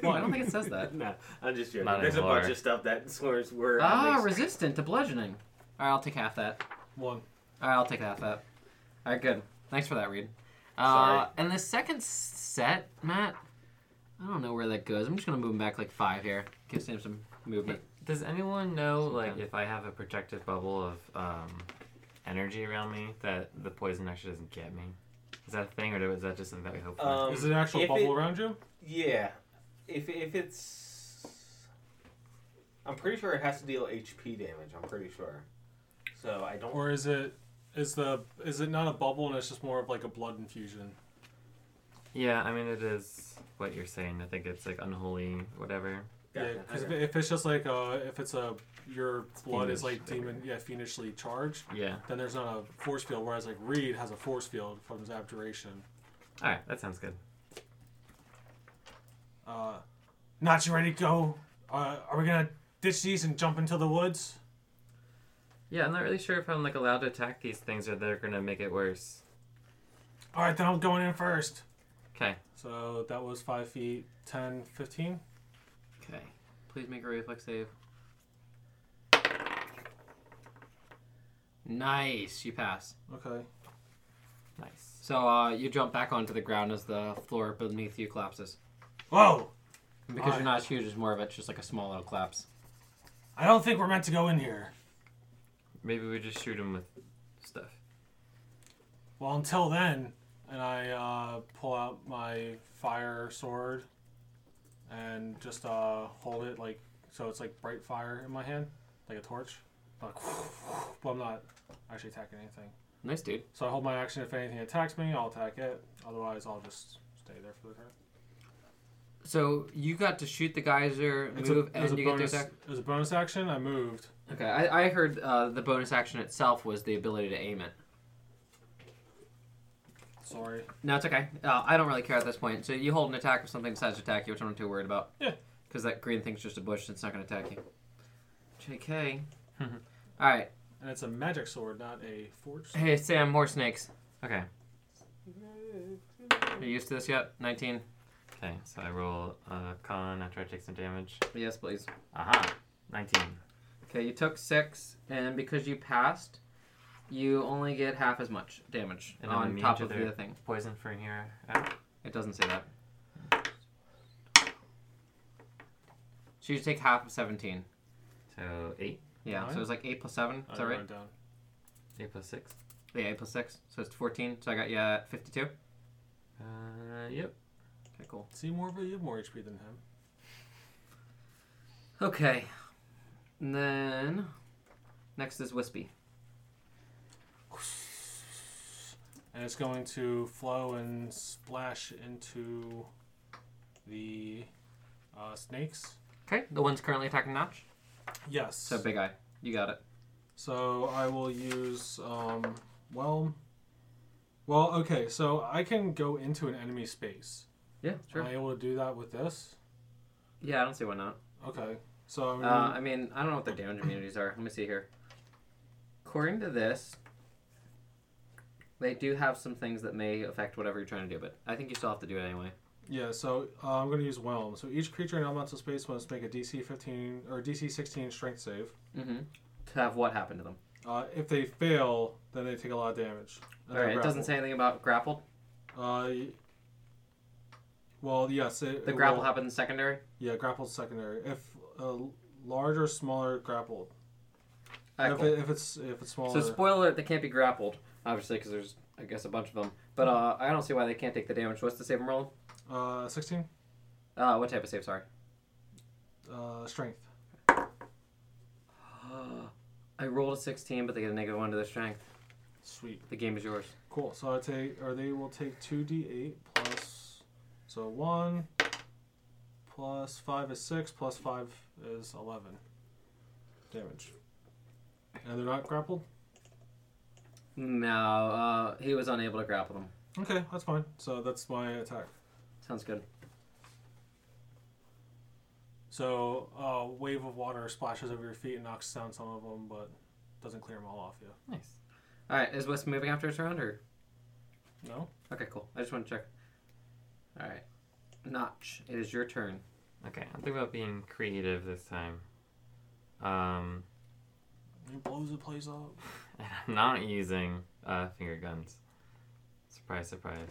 Speaker 1: don't think it says that.
Speaker 4: no, I'm just joking.
Speaker 5: Not
Speaker 4: There's a
Speaker 5: anymore.
Speaker 4: bunch of stuff that swarms were.
Speaker 1: Ah,
Speaker 4: at least-
Speaker 1: resistant to bludgeoning. All right, I'll take half that.
Speaker 2: One.
Speaker 1: All right, I'll take half that. All right, good. Thanks for that, Reed. Uh,
Speaker 4: Sorry.
Speaker 1: and the second s- set, Matt. I don't know where that goes. I'm just gonna move him back like five here. Give Sam some movement.
Speaker 5: Does anyone know, like,
Speaker 1: Sometime.
Speaker 5: if I have a protective bubble of um, energy around me that the poison actually doesn't get me? Is that a thing, or is that just something that we hope for?
Speaker 4: Um,
Speaker 2: Is it an actual
Speaker 4: if
Speaker 2: bubble
Speaker 4: it-
Speaker 2: around you?
Speaker 4: Yeah. If if it's I'm pretty sure it has to deal HP damage, I'm pretty sure. So I don't
Speaker 2: Or is it is the is it not a bubble and it's just more of like a blood infusion?
Speaker 5: yeah, I mean, it is what you're saying. I think it's like unholy, whatever.
Speaker 2: Yeah,
Speaker 4: Gotcha.
Speaker 2: because
Speaker 4: Okay.
Speaker 2: if it's just like uh, if it's a your blood is
Speaker 5: fiendish,
Speaker 2: like demon, yeah, fiendishly charged,
Speaker 5: Yeah.
Speaker 2: then there's not a force field. Whereas like Reed has a force field from his abjuration.
Speaker 5: All right, that sounds good.
Speaker 2: Uh, not you ready to go? Uh, are we gonna ditch these and jump into the woods?
Speaker 5: Yeah, I'm not really sure if I'm like allowed to attack these things, or they're gonna make it worse.
Speaker 2: All right, then I'm going in first.
Speaker 5: Okay.
Speaker 2: So that was five feet, 10, 15.
Speaker 1: Okay. Please make a reflex save. Nice, you pass.
Speaker 2: Okay.
Speaker 5: Nice.
Speaker 1: So uh, you jump back onto the ground as the floor beneath you collapses.
Speaker 2: Whoa!
Speaker 1: And because you're not as huge, it's more of it's just like a small little collapse.
Speaker 2: I don't think we're meant to go in here.
Speaker 5: Maybe we just shoot him with stuff.
Speaker 2: Well, until then, and I uh, pull out my fire sword and just uh, hold it like so it's like bright fire in my hand, like a torch. Like, but I'm not actually attacking anything.
Speaker 1: Nice, dude.
Speaker 2: So I hold my action. If anything attacks me, I'll attack it. Otherwise, I'll just stay there for the turn.
Speaker 1: So you got to shoot the geyser,
Speaker 2: It's
Speaker 1: move,
Speaker 2: it was
Speaker 1: and you get to
Speaker 2: bonus,
Speaker 1: attack.
Speaker 2: It was a bonus action. I moved.
Speaker 1: Okay, I, I heard uh, the bonus action itself was the ability to aim it.
Speaker 2: Sorry.
Speaker 1: No, it's okay. Uh, I don't really care at this point. So you hold an attack if something decides to attack you, which I'm not too worried about.
Speaker 2: Yeah.
Speaker 1: Because that green thing's just a bush, it's not going to attack you. JK. All right.
Speaker 2: And it's a magic sword, not a forged. sword.
Speaker 1: Hey, Sam, more snakes.
Speaker 5: Okay.
Speaker 1: Are you used to this yet? 19?
Speaker 5: Okay. So I roll uh, con after I take some damage.
Speaker 1: Yes, please.
Speaker 5: Aha. Nineteen.
Speaker 1: Okay, you took six, and because you passed, you only get half as much damage
Speaker 5: And I'm
Speaker 1: on
Speaker 5: immune
Speaker 1: top
Speaker 5: to
Speaker 1: of the
Speaker 5: their-
Speaker 1: other thing.
Speaker 5: Poison for here.
Speaker 1: It doesn't say that. So you take half of 17.
Speaker 5: So eight.
Speaker 1: Yeah, so
Speaker 2: Nine?
Speaker 1: it's like 8 plus 7.
Speaker 2: I
Speaker 1: Is that right?
Speaker 2: wrote it down.
Speaker 5: Eight plus six.
Speaker 1: Yeah, 8 plus 6. So it's 14. So I got you at 52. Okay,
Speaker 5: Uh, yep.
Speaker 1: cool.
Speaker 2: See, Morville, you have more HP than him.
Speaker 1: Okay. And then. Next is Wispy.
Speaker 2: and it's going to flow and splash into the uh, snakes.
Speaker 1: Okay, the one's currently attacking Notch.
Speaker 2: Yes.
Speaker 1: So Big Eye. You got it.
Speaker 2: So I will use um, well. Well, okay. So I can go into an enemy space.
Speaker 1: Yeah,
Speaker 2: Am I able to do that with this?
Speaker 1: Yeah, I don't see why not.
Speaker 2: Okay. So I'm
Speaker 1: Uh, I mean, I don't know what their damage immunities are. Let me see here. According to this, they do have some things that may affect whatever you're trying to do, but I think you still have to do it anyway.
Speaker 2: Yeah, so uh, I'm going to use Whelm. So each creature in elemental space must make a DC 15 or DC 16 strength save.
Speaker 1: Mm-hmm. To have what happen to them.
Speaker 2: Uh, if they fail, then they take a lot of damage. And
Speaker 1: All right,
Speaker 2: they're
Speaker 1: it doesn't
Speaker 2: grappled.
Speaker 1: say anything about grappled.
Speaker 2: Uh, y- Uh, well, yes. It,
Speaker 1: The
Speaker 2: it
Speaker 1: grapple
Speaker 2: will-
Speaker 1: happens secondary.
Speaker 2: Yeah, grappled secondary. If uh, large or smaller, grappled.
Speaker 1: Ah,
Speaker 2: if,
Speaker 1: cool.
Speaker 2: it, if it's if it's smaller.
Speaker 1: So spoiler, alert, they can't be grappled, obviously, because there's I guess a bunch of them. But uh, I don't see why they can't take the damage. What's the save and roll?
Speaker 2: uh, 16.
Speaker 1: Uh, what type of save? Sorry.
Speaker 2: Uh, strength.
Speaker 1: I rolled a 16, but they get a negative one to their strength.
Speaker 2: Sweet.
Speaker 1: The game is yours.
Speaker 2: Cool. So I take, or they will take 2d8 plus, so 1 plus 5 is 6, plus 5 is 11 damage. And they're not grappled?
Speaker 1: No, uh, he was unable to grapple them.
Speaker 2: Okay, that's fine. So that's my attack.
Speaker 1: Sounds good.
Speaker 2: So a uh, wave of water splashes over your feet and knocks down some of them, but doesn't clear them all off you.
Speaker 5: Nice.
Speaker 1: All right, is West moving after his round or?
Speaker 2: No?
Speaker 1: Okay, cool. I just want to check. All right, Notch, it is your turn.
Speaker 5: Okay, I'm thinking about being creative this time. Um,
Speaker 2: He blows the place up.
Speaker 5: And I'm not using uh, finger guns. Surprise, surprise.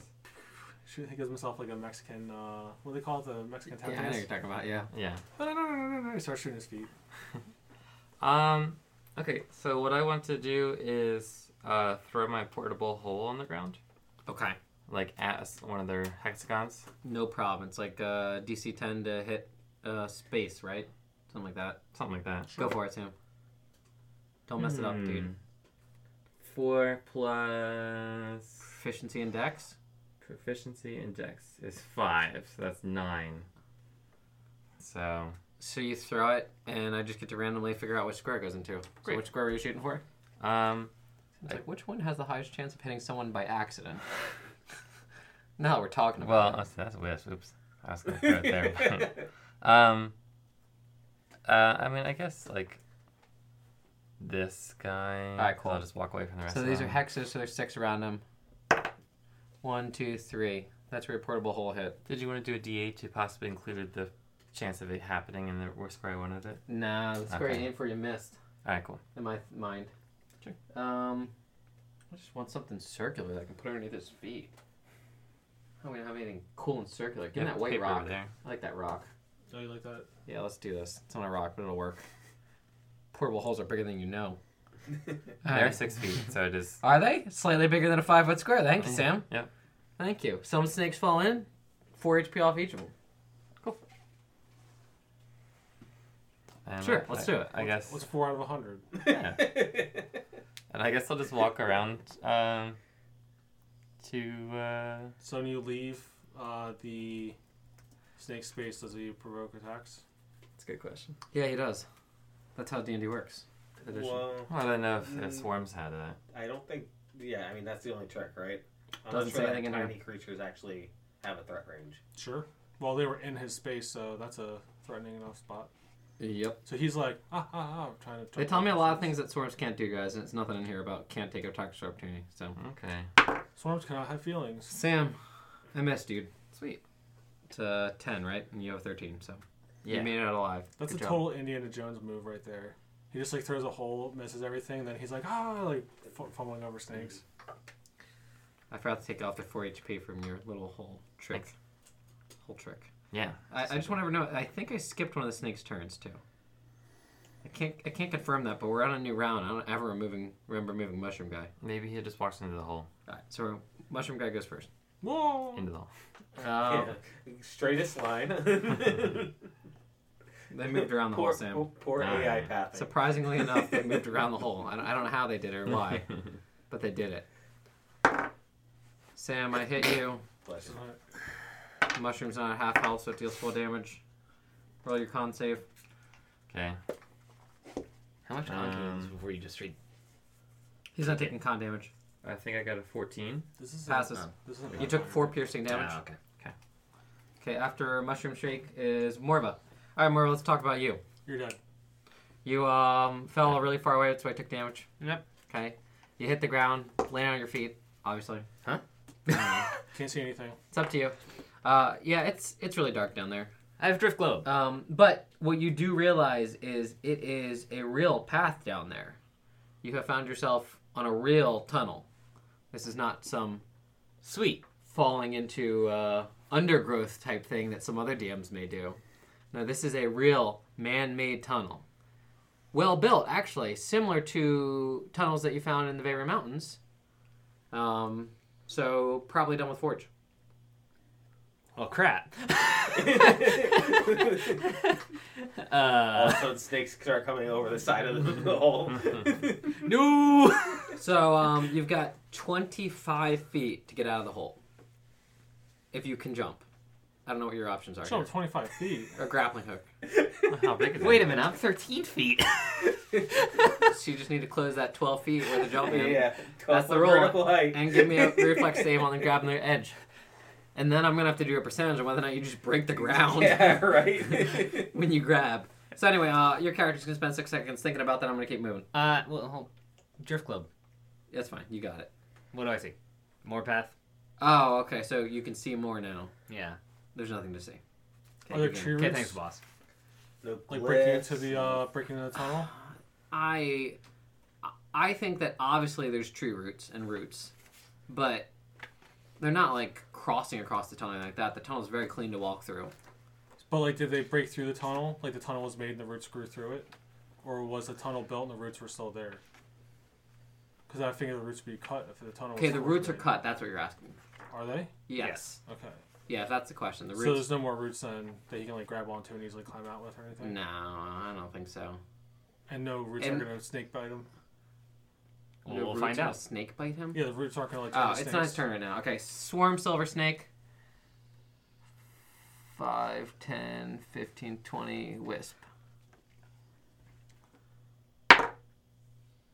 Speaker 2: Shoot, he gives himself like a Mexican, uh, what do they call it? The Mexican tap
Speaker 1: Yeah, I know
Speaker 2: dance?
Speaker 1: you're talking about. Yeah.
Speaker 5: Yeah.
Speaker 2: No, no, no, no, no, no. He starts shooting his feet.
Speaker 5: Um. Okay. So what I want to do is uh, throw my portable hole on the ground,
Speaker 1: Okay.
Speaker 5: like at s- one of their hexagons.
Speaker 1: No problem. It's like uh, DC 10 to hit uh, space, right? Something like that.
Speaker 5: Something like that.
Speaker 1: Go for it, Sam. Don't mess it up, dude.
Speaker 5: Four plus
Speaker 1: Proficiency in dex.
Speaker 5: proficiency in dex is five, so that's nine. So
Speaker 1: So you throw it, and I just get to randomly figure out which square it goes into. So
Speaker 5: Great.
Speaker 1: which square were you shooting for?
Speaker 5: um,
Speaker 1: It's like, which one has the highest chance of hitting someone by accident? now we're talking
Speaker 5: Well,
Speaker 1: about
Speaker 5: that's, that's Wes. Oops, I was gonna throw it there. um, uh, I mean, I guess like this guy.
Speaker 1: Alright,
Speaker 5: 'cause I'll
Speaker 1: cool.
Speaker 5: just walk away from the
Speaker 1: it.
Speaker 5: rest.
Speaker 1: So
Speaker 5: of
Speaker 1: these are
Speaker 5: them.
Speaker 1: hexes, so there's six around them. One, two, three. That's where your portable hole hit.
Speaker 5: Did you want to do a D8 to possibly include the chance of it happening in the worst square I wanted it?
Speaker 1: Nah, the square
Speaker 5: Okay.
Speaker 1: you aim for, you missed.
Speaker 5: All right, cool.
Speaker 1: in my th- mind.
Speaker 5: Sure.
Speaker 1: Um, I just want something circular that I can put underneath his feet. Oh, we don't have anything cool and circular. Give me
Speaker 5: Yeah,
Speaker 1: that white
Speaker 5: paper
Speaker 1: rock.
Speaker 5: over there.
Speaker 1: I like that rock.
Speaker 2: Oh, you like that?
Speaker 1: Yeah, let's do this. It's not a rock, but it'll work. Portable holes are bigger than you know.
Speaker 5: They're six feet, so it is.
Speaker 1: Are they? Slightly bigger than a five foot square. Thank you, Sam.
Speaker 5: Yep.
Speaker 1: Thank you. Some snakes fall in, 4 HP off each of them.
Speaker 5: And
Speaker 1: Sure,
Speaker 5: I-
Speaker 1: let's do it.
Speaker 5: I guess.
Speaker 2: What's four out of a hundred?
Speaker 5: yeah. And I guess I'll just walk around um, to. Uh,
Speaker 2: So when you leave uh, the snake space, does he provoke attacks?
Speaker 5: that's a good question.
Speaker 1: Yeah, he does. That's how D&D works. Edition.
Speaker 4: Well,
Speaker 5: Well, I don't know if the swarms had that.
Speaker 4: I don't think. Yeah, I mean that's the only trick, right? I'm
Speaker 1: Doesn't
Speaker 4: not
Speaker 1: say
Speaker 4: sure that
Speaker 1: anything in here.
Speaker 4: tiny creatures actually have a threat range.
Speaker 2: Sure. Well, they were in his space, so that's a threatening enough spot.
Speaker 1: Yep.
Speaker 2: So he's like, ah, ah, ah, I'm trying to.
Speaker 1: They tell me a lot of things that swarms can't do, guys, and it's nothing in here about can't take a tactical opportunity. So,
Speaker 5: Okay.
Speaker 2: Swarms cannot have feelings.
Speaker 1: Sam, I missed, dude.
Speaker 5: Sweet.
Speaker 1: It's uh, 10, right? And you have 13, so
Speaker 5: Yeah.
Speaker 1: you made it out alive.
Speaker 2: That's
Speaker 1: Good
Speaker 2: a
Speaker 1: job.
Speaker 2: total Indiana Jones move right there. He just like throws a hole, misses everything, then he's like, ah, like f- fumbling over snakes.
Speaker 1: I forgot to take off the 4 HP from your little whole trick.
Speaker 5: Thanks.
Speaker 1: Whole trick.
Speaker 5: Yeah.
Speaker 1: I, I just want to know. I think I skipped one of the snake's turns too. I can't. I can't confirm that, but we're on a new round. I don't ever removing, remember moving mushroom guy.
Speaker 5: Maybe he just walks into the hole.
Speaker 1: All right, so mushroom guy goes first.
Speaker 2: Whoa!
Speaker 5: Into the hole.
Speaker 1: Oh,
Speaker 4: Yeah. Straightest line.
Speaker 1: they moved around the
Speaker 4: poor,
Speaker 1: hole, Sam.
Speaker 4: oh, Poor
Speaker 5: Ah.
Speaker 4: AI pathing.
Speaker 1: Surprisingly enough, they moved around the hole. I don't, I don't know how they did it or why, but they did it. Sam, I hit you.
Speaker 4: Bless you.
Speaker 1: Mushroom's not at half health, so it deals full damage. Roll your con save.
Speaker 5: Okay.
Speaker 3: How much on
Speaker 5: Um,
Speaker 3: games before you just straight
Speaker 1: He's not taking con damage.
Speaker 5: I think I got a 14.
Speaker 2: This is
Speaker 1: Passes.
Speaker 2: This is
Speaker 1: You took four piercing damage.
Speaker 3: Ah, okay.
Speaker 1: Okay, after Mushroom Shake is Morva. All right, Morva, let's talk about you.
Speaker 2: You're dead.
Speaker 1: You um, fell really far away, that's why I took damage.
Speaker 3: Yep.
Speaker 1: Okay. You hit the ground, landed on your feet, obviously.
Speaker 3: Huh?
Speaker 2: Can't see anything.
Speaker 1: it's up to you. Uh, yeah, it's it's really dark down there.
Speaker 3: I have drift globe.
Speaker 1: Um, but what you do realize is it is a real path down there. You have found yourself on a real tunnel. This is not some
Speaker 3: Sweet.
Speaker 1: falling into uh, undergrowth type thing that some other DMs may do. No, this is a real man-made tunnel. Well built, actually, similar to tunnels that you found in the Veyra Mountains. Um, so probably done with Forge.
Speaker 3: Oh crap.
Speaker 4: All
Speaker 3: uh,
Speaker 4: of a sudden, snakes start coming over the side of the, the hole.
Speaker 3: no.
Speaker 1: So um, you've got 25 feet to get out of the hole. If you can jump. I don't know what your options are.
Speaker 2: Jump 25 feet.
Speaker 1: Or grappling hook.
Speaker 5: How big is it?
Speaker 3: Wait a minute. I'm 13 feet.
Speaker 1: So you just need to close that 12 feet where the jump is.
Speaker 4: yeah,
Speaker 1: That's
Speaker 4: 12
Speaker 1: the
Speaker 4: foot
Speaker 1: rule.
Speaker 4: vertical height.
Speaker 1: and give me a reflex save on the grabbing the edge. And then I'm gonna have to do a percentage on whether or not you just break the ground
Speaker 4: Yeah, right.
Speaker 1: when you grab. So anyway, uh, your character's gonna spend six seconds thinking about that. I'm gonna keep moving.
Speaker 3: Uh, well, hold. drift globe.
Speaker 1: That's fine. You got it.
Speaker 3: What do I see? More path.
Speaker 1: Oh, okay. So you can see more now.
Speaker 3: Yeah.
Speaker 1: There's nothing to see. Okay,
Speaker 2: Are there
Speaker 1: you can-
Speaker 2: tree roots?
Speaker 3: Okay, thanks, boss.
Speaker 4: no
Speaker 2: Like breaking
Speaker 4: glyphs.
Speaker 2: into the uh, breaking into the tunnel.
Speaker 1: I I think that obviously there's tree roots and roots, but they're not like crossing across the tunnel like that. The tunnel's very clean to walk through.
Speaker 3: Oh,
Speaker 2: But like, did they break through the tunnel? Like the tunnel was made and the roots grew through it, or was the tunnel built and the roots were still there? Because I figure the roots would be cut if the tunnel.
Speaker 1: Okay,
Speaker 2: was
Speaker 1: the
Speaker 2: still
Speaker 1: roots are
Speaker 2: made.
Speaker 1: cut. That's what you're asking.
Speaker 2: Are they?
Speaker 1: Yes.
Speaker 3: Yes.
Speaker 2: Okay.
Speaker 1: Yeah, if that's the question. The
Speaker 2: So
Speaker 1: roots.
Speaker 2: there's no more roots then that he can like grab onto and easily climb out with or anything.
Speaker 1: no, I don't think so.
Speaker 2: And no roots
Speaker 1: And-
Speaker 2: are gonna snake bite him.
Speaker 1: No
Speaker 3: We'll
Speaker 1: roots
Speaker 3: find
Speaker 1: gonna
Speaker 3: out.
Speaker 1: Snake bite him?
Speaker 2: Yeah, the roots aren't gonna like. turn
Speaker 1: Oh,
Speaker 2: to
Speaker 1: it's not his
Speaker 2: snakes.
Speaker 1: turn right now. Okay, Swarm Silver Snake. 5, 10, 15, 20, Wisp.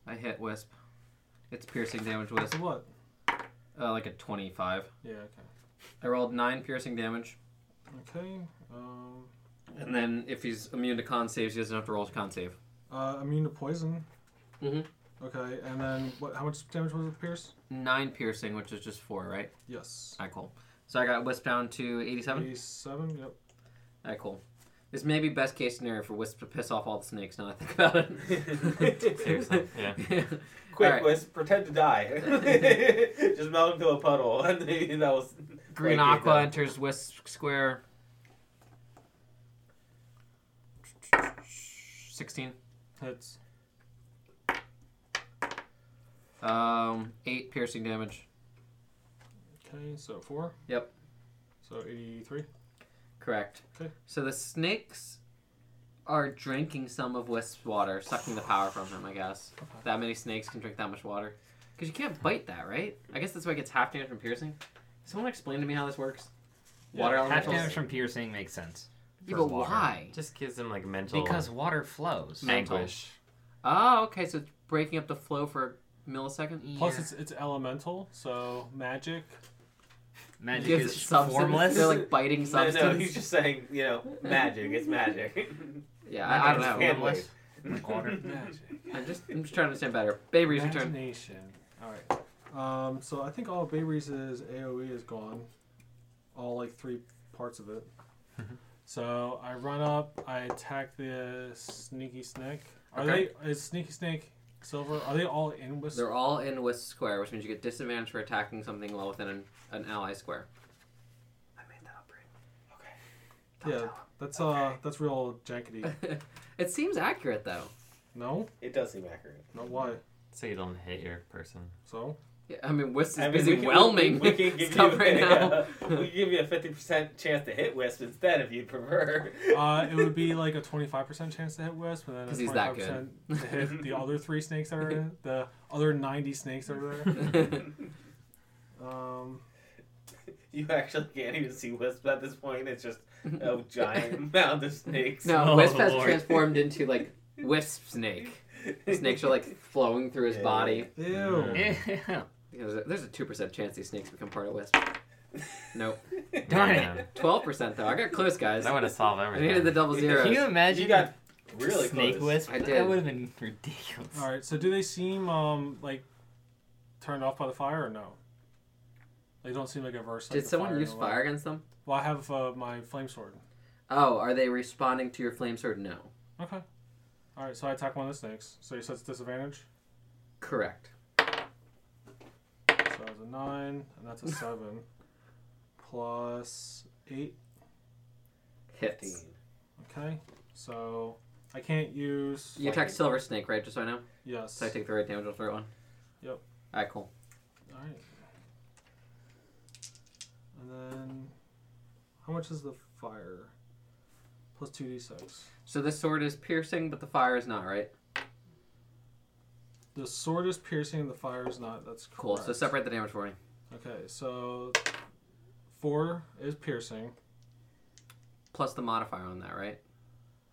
Speaker 1: I hit Wisp. It's piercing damage Wisp.
Speaker 2: So what?
Speaker 1: Uh, like a 25.
Speaker 2: Yeah. Okay.
Speaker 1: I rolled 9 piercing damage.
Speaker 2: Okay. Um.
Speaker 1: And then if he's immune to con saves, he doesn't have to roll a con save.
Speaker 2: Uh, immune to poison.
Speaker 1: Mhm.
Speaker 2: Okay, and then what? How much damage was it, Pierce?
Speaker 1: 9 piercing, which is just 4, right?
Speaker 2: Yes.
Speaker 1: Alright, cool. So I got Wisp down to 87.
Speaker 2: Eighty-seven. Yep.
Speaker 1: Alright, cool. This may be best case scenario for Wisp to piss off all the snakes now that I think about it.
Speaker 5: Seriously, yeah.
Speaker 4: Quick,
Speaker 1: Alright.
Speaker 4: Wisp, pretend to die. Just melt into a puddle. And that was
Speaker 1: Green
Speaker 4: Like,
Speaker 1: Aqua
Speaker 4: uh,
Speaker 1: enters Wisp Square. 16.
Speaker 2: Hits.
Speaker 1: Um, 8 piercing damage.
Speaker 2: Okay, so four.
Speaker 1: Yep.
Speaker 2: So eighty-three.
Speaker 1: Correct.
Speaker 2: Okay.
Speaker 1: So the snakes are drinking some of Wisp's water, sucking the power from him, I guess. That many snakes can drink that much water. Because you can't bite that, right? I guess that's why it gets half damage from piercing. Someone explain to me how this works? Water
Speaker 2: Yeah,
Speaker 3: Half
Speaker 1: elementals?
Speaker 3: damage from piercing makes sense.
Speaker 1: Yeah,
Speaker 3: for
Speaker 1: but
Speaker 3: water.
Speaker 1: why?
Speaker 5: Just gives them like mental
Speaker 3: Because water flows.
Speaker 1: Mental.
Speaker 5: anguish.
Speaker 1: Oh, okay, so it's breaking up the flow for a millisecond?
Speaker 2: Plus, it's it's elemental, so magic.
Speaker 3: magic
Speaker 1: Gives
Speaker 3: is
Speaker 1: it substance.
Speaker 3: formless.
Speaker 1: They're like biting
Speaker 4: No,
Speaker 1: substance.
Speaker 4: no, he's just saying, you know, magic. It's magic.
Speaker 1: yeah, I, I don't know.
Speaker 4: Magic
Speaker 3: Formless. Like water.
Speaker 2: Magic.
Speaker 1: I'm just, I'm just trying to understand better. Bayree's return.
Speaker 2: Imagination. All right. Um. So I think all of Bayreuth's AOE E is gone. All like three parts of it. so I run up. I attack the sneaky snake. Are
Speaker 1: Okay.
Speaker 2: they? Is sneaky snake silver? Are they all in with?
Speaker 1: They're all in Wisp Square, which means you get disadvantage for attacking something well within an, an ally square. I made that up,
Speaker 2: Yeah. That's uh. That's real jankety.
Speaker 1: right? it seems accurate, though.
Speaker 2: no.
Speaker 4: It does seem accurate.
Speaker 2: No.
Speaker 1: Mm-hmm.
Speaker 2: Why?
Speaker 5: So you don't hit your person.
Speaker 2: So.
Speaker 1: Yeah, I mean, Wisp is
Speaker 4: I mean,
Speaker 1: busy
Speaker 4: we can-
Speaker 1: whelming
Speaker 4: we can give
Speaker 1: stuff
Speaker 4: you-
Speaker 1: right now.
Speaker 4: yeah, we can give you a fifty percent chance to hit Wisp instead, if you prefer.
Speaker 2: Uh, it would be like a 25% chance to hit Wisp, but then a
Speaker 1: 'Cause he's that
Speaker 2: 25%
Speaker 1: good.
Speaker 2: to hit the other three snakes that are in, the other 90 snakes that are there.
Speaker 4: uh,
Speaker 2: Um,
Speaker 4: you actually can't even see Wisp at this point. It's just a oh, giant mound of snakes.
Speaker 1: no,
Speaker 5: Oh,
Speaker 1: Wisp has
Speaker 5: Lord.
Speaker 1: transformed into, like, Wisp Snake. The snakes are, like, flowing through his
Speaker 4: Yeah.
Speaker 1: body.
Speaker 2: ew.
Speaker 5: Yeah.
Speaker 1: There's a, there's a 2% chance these snakes become part of Wisp. Nope.
Speaker 3: Darn
Speaker 5: Yeah.
Speaker 3: it.
Speaker 1: 12% though. I got close, guys.
Speaker 5: That would have solved
Speaker 1: I
Speaker 5: everything.
Speaker 1: needed the double zeros.
Speaker 3: Can you imagine
Speaker 4: You got
Speaker 3: a
Speaker 4: really
Speaker 3: snake
Speaker 4: close.
Speaker 3: wisp?
Speaker 1: I did.
Speaker 3: That would have been ridiculous.
Speaker 2: All right, so do they seem um like turned off by the fire or no? They don't seem like averse. like,
Speaker 1: Did
Speaker 2: to
Speaker 1: someone
Speaker 2: fire in
Speaker 1: use
Speaker 2: a way.
Speaker 1: fire against them?
Speaker 2: Well, I have uh, my flame sword.
Speaker 1: Oh, are they responding to your flame sword? No.
Speaker 2: Okay. All right, so I attack one of the snakes. So you said it's disadvantage.
Speaker 1: Correct.
Speaker 2: So that was a nine, and that's a seven, plus eight.
Speaker 1: Hits.
Speaker 2: Okay, so I can't use.
Speaker 1: You attacked Silver Snake, right? Just so I know.
Speaker 2: Yes.
Speaker 1: So I take the right damage off the right one.
Speaker 2: Yep.
Speaker 1: Alright, cool.
Speaker 2: All right. And then, how much is the fire? Plus two d six.
Speaker 1: So this sword is piercing, but the fire is not, right?
Speaker 2: The sword is piercing, the fire is not. That's
Speaker 1: Cool.
Speaker 2: correct.
Speaker 1: So separate the damage for me.
Speaker 2: Okay, so four is piercing.
Speaker 1: Plus the modifier on that, right?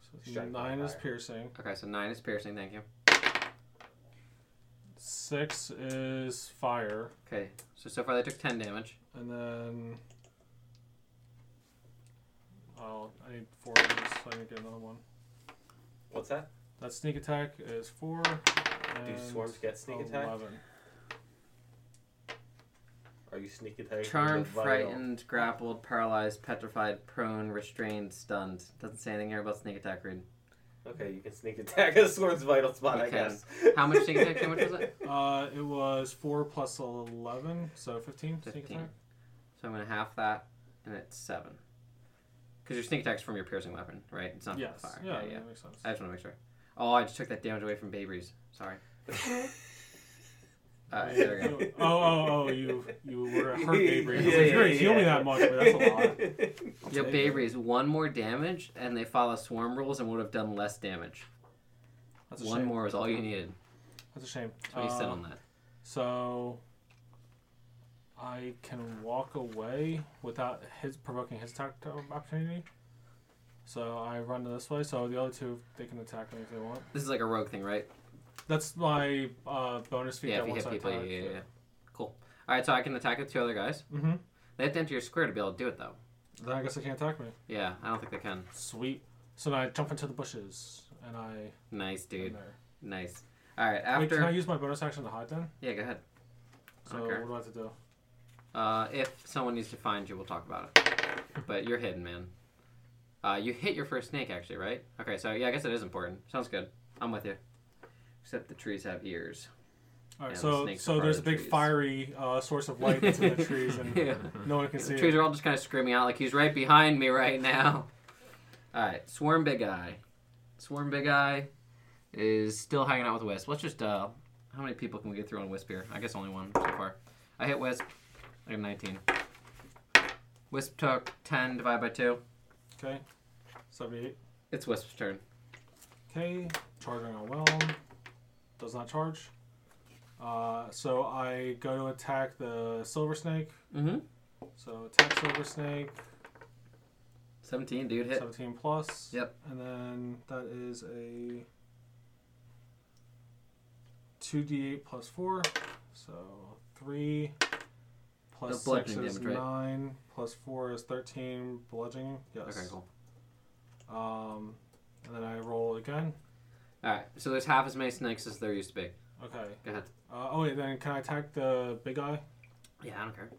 Speaker 2: so
Speaker 4: Strike by
Speaker 2: nine is
Speaker 4: fire.
Speaker 2: piercing.
Speaker 1: Okay, so nine is piercing, thank you.
Speaker 2: Six is fire,
Speaker 1: Okay. So so far they took ten damage.
Speaker 2: and then. Oh, I need four. of these, So I need to get another one.
Speaker 4: What's that?
Speaker 2: That sneak attack is four. and
Speaker 4: swarms get sneak attack?
Speaker 2: 11.
Speaker 4: Are you sneaking attacking?
Speaker 1: Charmed,
Speaker 4: the vital-
Speaker 1: frightened, grappled, paralyzed, petrified, prone, restrained, stunned. Doesn't say anything here about sneak attack read.
Speaker 4: Okay, you can sneak attack a sword's vital spot, I
Speaker 1: Okay.
Speaker 4: guess.
Speaker 1: How much sneak attack damage was it?
Speaker 2: Uh, it was four plus eleven, so fifteen. sneak
Speaker 1: 15.
Speaker 2: attack.
Speaker 1: So I'm going to half that, and it's 7. Because your sneak attack's from your piercing weapon, right? It's not
Speaker 2: Yes.
Speaker 1: from Oh, fire.
Speaker 2: Yeah,
Speaker 1: yeah.
Speaker 2: that makes sense.
Speaker 1: I just want to make sure. Oh, I just took that damage away from Baby's. Sorry. Uh, there we go.
Speaker 2: oh, oh, oh! You you were a hurt baby.
Speaker 4: Yeah, yeah,
Speaker 2: you didn't heal me
Speaker 4: yeah.
Speaker 2: that much, but that's a lot. I'll
Speaker 1: Your
Speaker 2: take
Speaker 1: Baby's one more damage, and they follow swarm rules and would have done less damage.
Speaker 2: it. That's a
Speaker 1: One
Speaker 2: shame.
Speaker 1: more is all you needed.
Speaker 2: That's a shame.
Speaker 1: That's what you said
Speaker 2: Uh,
Speaker 1: on that.
Speaker 2: So I can walk away without his provoking his attack to- opportunity. So I run this way. So the other two, they can attack me if they want.
Speaker 1: This is like a rogue thing, right?
Speaker 2: That's my uh, bonus feat.
Speaker 1: Yeah,
Speaker 2: that
Speaker 1: if you
Speaker 2: once
Speaker 1: hit
Speaker 2: I
Speaker 1: people, yeah,
Speaker 2: attack,
Speaker 1: yeah, yeah. Cool. All right, so I can attack the two other guys.
Speaker 2: Mm-hmm.
Speaker 1: They have to enter your square to be able to do it, though.
Speaker 2: Then I guess they can't attack me.
Speaker 1: Yeah, I don't think they can.
Speaker 2: Sweet. So now I jump into the bushes and I.
Speaker 1: Nice, dude.
Speaker 2: in there.
Speaker 1: Nice. All right,
Speaker 2: Wait, can I
Speaker 1: after.
Speaker 2: use my bonus action to hide then?
Speaker 1: Yeah, go ahead.
Speaker 2: So
Speaker 1: Okay.
Speaker 2: what do I have to do?
Speaker 1: Uh, if someone needs to find you, we'll talk about it. But you're hidden, man. Uh, you hit your first snake, actually, right? Okay, so yeah, I guess it is important. Sounds good. I'm with you. Except the trees have ears.
Speaker 2: All right.
Speaker 1: Yeah, the
Speaker 2: so
Speaker 1: snakes are
Speaker 2: so
Speaker 1: part
Speaker 2: there's
Speaker 1: of
Speaker 2: a
Speaker 1: the
Speaker 2: big
Speaker 1: trees.
Speaker 2: fiery uh, source of light that's in the trees and
Speaker 1: yeah.
Speaker 2: no one can see
Speaker 1: The
Speaker 2: it.
Speaker 1: trees are all just kind of screaming out, like, he's right behind me right now. All right, Swarm Big Eye. Swarm Big Eye is still hanging out with Wisp. Let's just, uh, how many people can we get through on Wisp here? I guess only one so far. I hit Wisp. I got 19. Wisp took 10 divided by 2.
Speaker 2: Okay. Seventy-eight.
Speaker 1: It's Wisp's turn.
Speaker 2: Okay, charging on whelm. Does not charge. Uh, so I go to attack the silver snake.
Speaker 1: Mm-hmm.
Speaker 2: So attack silver snake,
Speaker 1: 17, dude, hit.
Speaker 2: seventeen plus.
Speaker 1: Yep.
Speaker 2: And then that is a two d eight plus four, so three plus
Speaker 1: The
Speaker 2: six
Speaker 1: bludgeoning
Speaker 2: is
Speaker 1: damage, right?
Speaker 2: nine. Plus four is thirteen bludgeoning. Yes.
Speaker 1: Okay, cool.
Speaker 2: Um, and then I roll again.
Speaker 1: All right, so there's half as many snakes as there used to be.
Speaker 2: Okay.
Speaker 1: Go ahead.
Speaker 2: Uh, oh wait, then can I attack the big guy?
Speaker 1: Yeah, I don't care.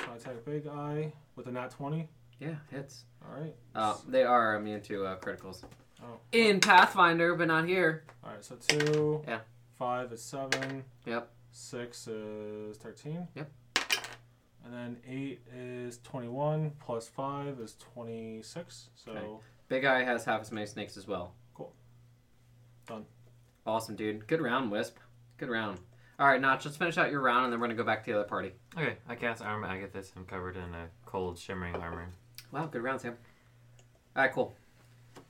Speaker 2: So I attack Big Eye with a nat 20.
Speaker 1: Yeah, hits.
Speaker 2: Alright.
Speaker 1: Uh, they are immune to uh, criticals.
Speaker 2: Oh.
Speaker 1: In Pathfinder, but not here.
Speaker 2: Alright, so 2.
Speaker 1: Yeah.
Speaker 2: 5 is 7.
Speaker 1: Yep.
Speaker 2: 6 is 13.
Speaker 1: Yep.
Speaker 2: And then 8 is 21, plus 5 is 26. So,
Speaker 1: Okay. Big Eye has half as many snakes as well.
Speaker 2: Cool. Done.
Speaker 1: Awesome, dude. Good round, Wisp. Good round. All right, Notch, let's finish out your round, and then we're going to go back to the other party.
Speaker 5: Okay, I cast armor Agathis. I'm covered in a cold, shimmering armor.
Speaker 1: Wow, good round, Sam. All right, cool.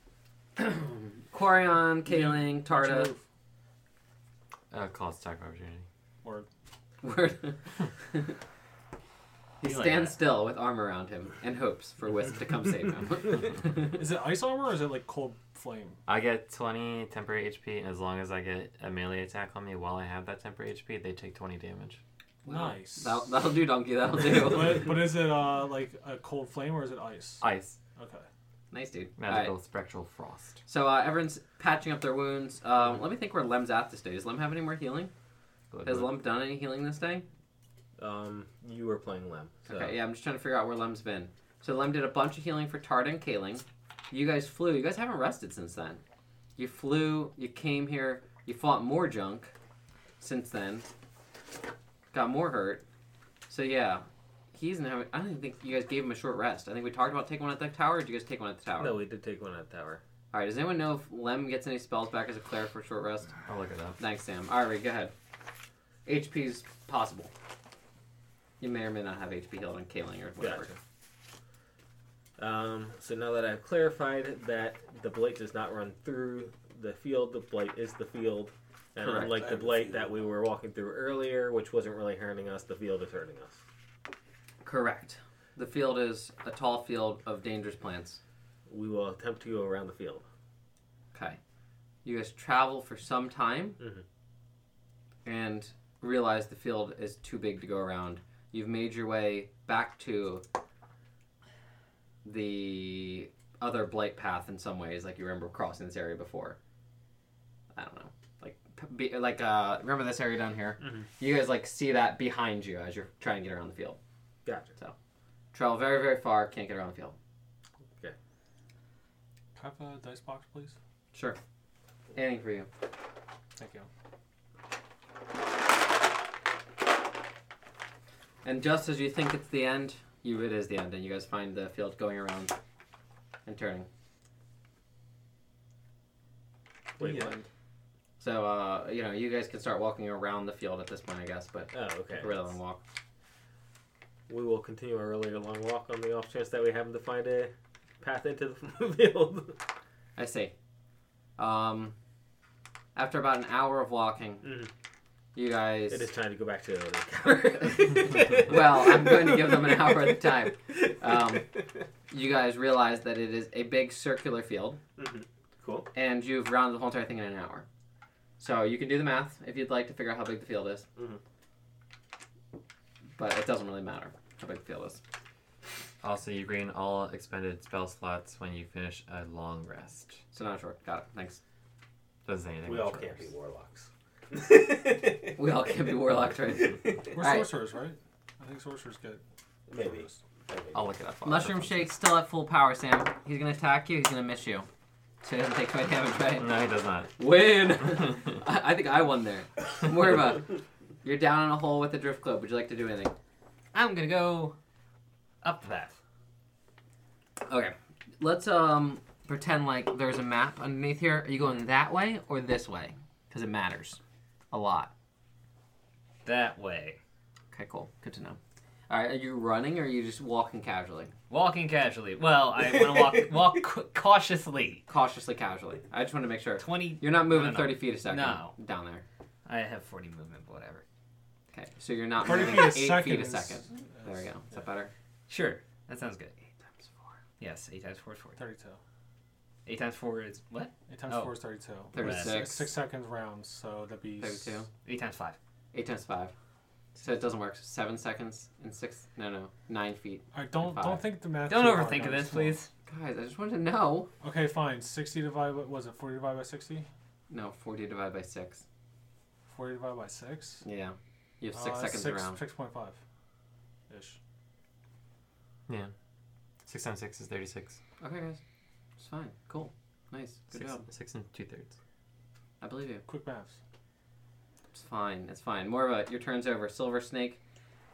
Speaker 1: Quarion, Kaling,
Speaker 2: what's your
Speaker 1: Tarda.
Speaker 2: move?
Speaker 5: Uh, called attack of opportunity.
Speaker 2: Word.
Speaker 1: Word. he
Speaker 5: You like
Speaker 1: stands
Speaker 5: that.
Speaker 1: still with arm around him and hopes for Wisp to come save him.
Speaker 2: Is it ice armor or is it like cold flame?
Speaker 5: I get 20 temporary HP, and as long as I get a melee attack on me while I have that temporary HP, they take 20 damage.
Speaker 2: Nice.
Speaker 1: that'll, that'll do, Donkey. That'll do.
Speaker 2: but, but is it uh, like a cold flame or is it ice?
Speaker 5: Ice,
Speaker 2: Okay.
Speaker 1: nice, dude. All right.
Speaker 5: magical, spectral frost.
Speaker 1: So uh, everyone's patching up their wounds. Um, let me think where Lem's at this day. Does Lem have any more healing? Has Lem done any healing this day?
Speaker 4: Um, you were playing Lem. So.
Speaker 1: Okay, yeah, I'm just trying to figure out where Lem's been. So Lem did a bunch of healing for Tarda and Kaling. You guys flew. You guys haven't rested since then. You flew. You came here. You fought more junk since then. Got more hurt. So yeah, he's now. I don't even think you guys gave him a short rest. I think we talked about taking one at the tower. Or did you guys take one at the tower?
Speaker 4: No, we did take one at tower.
Speaker 1: All right. Does anyone know if Lem gets any spells back as a cleric for short rest?
Speaker 5: I'll look it up.
Speaker 1: Thanks, Sam. All right, go ahead. HP's possible. You may or may not have HP healed on Kaling or whatever.
Speaker 4: Um, so now that I've clarified that the blight does not run through the field, the blight is the field. And
Speaker 1: Correct.
Speaker 4: unlike the blight that we were walking through earlier, which wasn't really hurting us, the field is hurting us.
Speaker 1: Correct. The field is a tall field of dangerous plants.
Speaker 4: We will attempt to go around the field.
Speaker 1: Okay. You guys travel for some time
Speaker 4: Mhm.
Speaker 1: and realize the field is too big to go around. You've made your way back to the other blight path in some ways, like you remember crossing this area before. I don't know. Like, p- be, like uh, remember this area down here? You guys like see that behind you as you're trying to get around the field.
Speaker 4: Gotcha.
Speaker 1: Travel very, very far, can't get around the field.
Speaker 2: Can I have a dice box, please?
Speaker 1: Sure. Anything for you.
Speaker 2: Thank you.
Speaker 1: And just as you think it's the end, you it is the end, and you guys find the field going around and turning.
Speaker 4: Wait,
Speaker 2: Yeah.
Speaker 4: what?
Speaker 1: So uh, you know you guys can start walking around the field at this point, I guess. But
Speaker 4: Oh, okay.
Speaker 1: take a really long walk.
Speaker 4: We will continue our earlier long walk on the off chance that we happen to find a path into the field.
Speaker 1: I see. Um, after about an hour of walking,
Speaker 4: Mhm.
Speaker 1: you guys.
Speaker 4: It is time to go back to the
Speaker 1: Well, I'm going to give them an hour at a time. Um, you guys realize that it is a big circular field,
Speaker 4: cool.
Speaker 1: and you've rounded the whole entire thing in an hour. So you can do the math if you'd like to figure out how big the field is.
Speaker 4: Mhm.
Speaker 1: But it doesn't really matter how big the field is.
Speaker 5: Also, you gain all expended spell slots when you finish a long rest.
Speaker 1: So not short. Got it. Thanks.
Speaker 5: Doesn't anything.
Speaker 4: We all
Speaker 5: matter.
Speaker 4: can't be warlocks.
Speaker 1: We all can't be warlocks, right?
Speaker 2: We're
Speaker 1: All right.
Speaker 2: sorcerers, right? I think sorcerers get.
Speaker 4: Maybe.
Speaker 5: I'll look it up.
Speaker 1: Mushroom Shake's still at full power, Sam. He's gonna attack you. He's gonna miss you. So he doesn't take away damage, right?
Speaker 5: No, he does not.
Speaker 1: Win. I, I think I won there. Morva, you're down in a hole with the drift club. Would you like to do anything?
Speaker 3: I'm gonna go up that.
Speaker 1: Okay. Let's um pretend like there's a map underneath here. Are you going that way or this way? Because it matters a lot.
Speaker 3: That way.
Speaker 1: Okay, cool. Good to know. All right. Are you running or are you just walking casually?
Speaker 3: Walking casually. Well, I want to walk walk c- cautiously.
Speaker 1: Cautiously, casually. I just want to make sure
Speaker 3: Twenty.
Speaker 1: you're not moving
Speaker 3: no.
Speaker 1: 30 feet a second
Speaker 3: No.
Speaker 1: down there.
Speaker 3: I have forty movement, but whatever.
Speaker 1: Okay, so you're not
Speaker 2: 30
Speaker 1: moving
Speaker 2: feet a
Speaker 1: eight
Speaker 2: second
Speaker 1: feet a
Speaker 2: is-
Speaker 1: second. There we
Speaker 2: is
Speaker 1: go. Is that better?
Speaker 3: Sure, that sounds good.
Speaker 1: Eight times four.
Speaker 3: Yes, eight times four is forty.
Speaker 2: 32.
Speaker 3: Eight times four is what?
Speaker 2: 8 times
Speaker 3: Oh.
Speaker 2: 4 is 32.
Speaker 1: Thirty-six.
Speaker 2: It's Six seconds rounds, so that'd be. s-
Speaker 1: 32.
Speaker 3: Eight times five.
Speaker 1: Eight times five. So it doesn't work. Seven seconds and six. No, no, nine feet.
Speaker 2: All right, don't,
Speaker 1: Five.
Speaker 2: don't think the math.
Speaker 3: Don't
Speaker 2: too hard
Speaker 3: overthink
Speaker 2: on
Speaker 3: of this,
Speaker 2: one.
Speaker 3: please.
Speaker 1: Guys, I just wanted to know.
Speaker 2: Okay, fine. 60 divided by. Was it 40 divided by 60?
Speaker 1: No, forty divided by six.
Speaker 2: 40 divided by 6?
Speaker 1: Yeah, you have
Speaker 2: Uh,
Speaker 1: six seconds
Speaker 2: six,
Speaker 1: around.
Speaker 2: 6.5 ish.
Speaker 5: Yeah. Six times six is thirty-six.
Speaker 1: Okay, guys, it's fine. Cool. Nice. Good
Speaker 5: Six,
Speaker 1: job.
Speaker 5: six and two thirds.
Speaker 1: I believe you.
Speaker 2: Quick maths.
Speaker 1: It's fine. It's fine. Morva, your turn's over. Silver Snake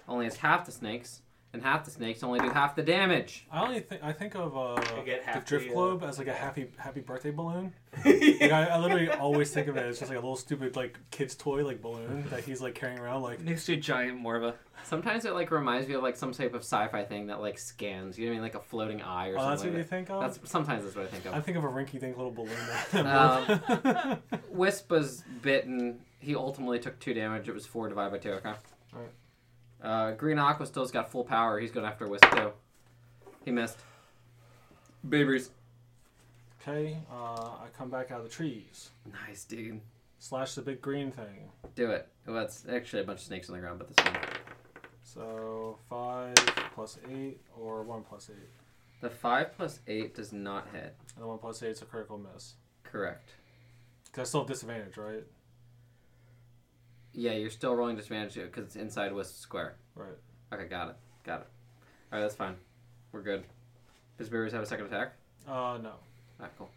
Speaker 1: only has half the snakes, and half the snakes only do half the damage.
Speaker 2: I only think I think of uh,
Speaker 4: You get
Speaker 2: the
Speaker 4: half
Speaker 2: drift
Speaker 4: the, uh,
Speaker 2: globe as like a happy happy birthday balloon. Like, I, I literally always think of it as just like a little stupid like kid's toy like balloon that he's like carrying around like
Speaker 3: Next to a giant Morva.
Speaker 1: Sometimes it like reminds me of like some type of sci-fi thing that like scans. You know what I mean? Like a floating eye or
Speaker 2: Oh, that's
Speaker 1: something.
Speaker 2: what you
Speaker 1: like
Speaker 2: think
Speaker 1: that.
Speaker 2: of?
Speaker 1: That's sometimes that's what I think
Speaker 2: I
Speaker 1: of.
Speaker 2: think of a rinky dink little balloon.
Speaker 1: Um, Wisp was bitten. He ultimately took two damage. It was four divided by two. Okay.
Speaker 2: Alright.
Speaker 1: Uh, Green Aqua still's got full power. He's going after Wisp too. He missed. Babers.
Speaker 2: okay, uh, I come back out of the trees,
Speaker 1: Nice, dude.
Speaker 2: slash the big green thing.
Speaker 1: Do it. Well, it's actually a bunch of snakes on the ground, but this one.
Speaker 2: So five plus eight or one plus eight,
Speaker 1: The five plus eight does not hit.
Speaker 2: and the one plus eight is a critical miss.
Speaker 1: Correct.
Speaker 2: 'Cause I still have disadvantage, right?
Speaker 1: Yeah, you're still rolling disadvantage because it's inside Wisp square.
Speaker 2: Right.
Speaker 1: Okay, got it. Got it. All right, that's fine. We're good. Does Beerus have a second attack?
Speaker 2: Uh, no.
Speaker 1: All right, cool.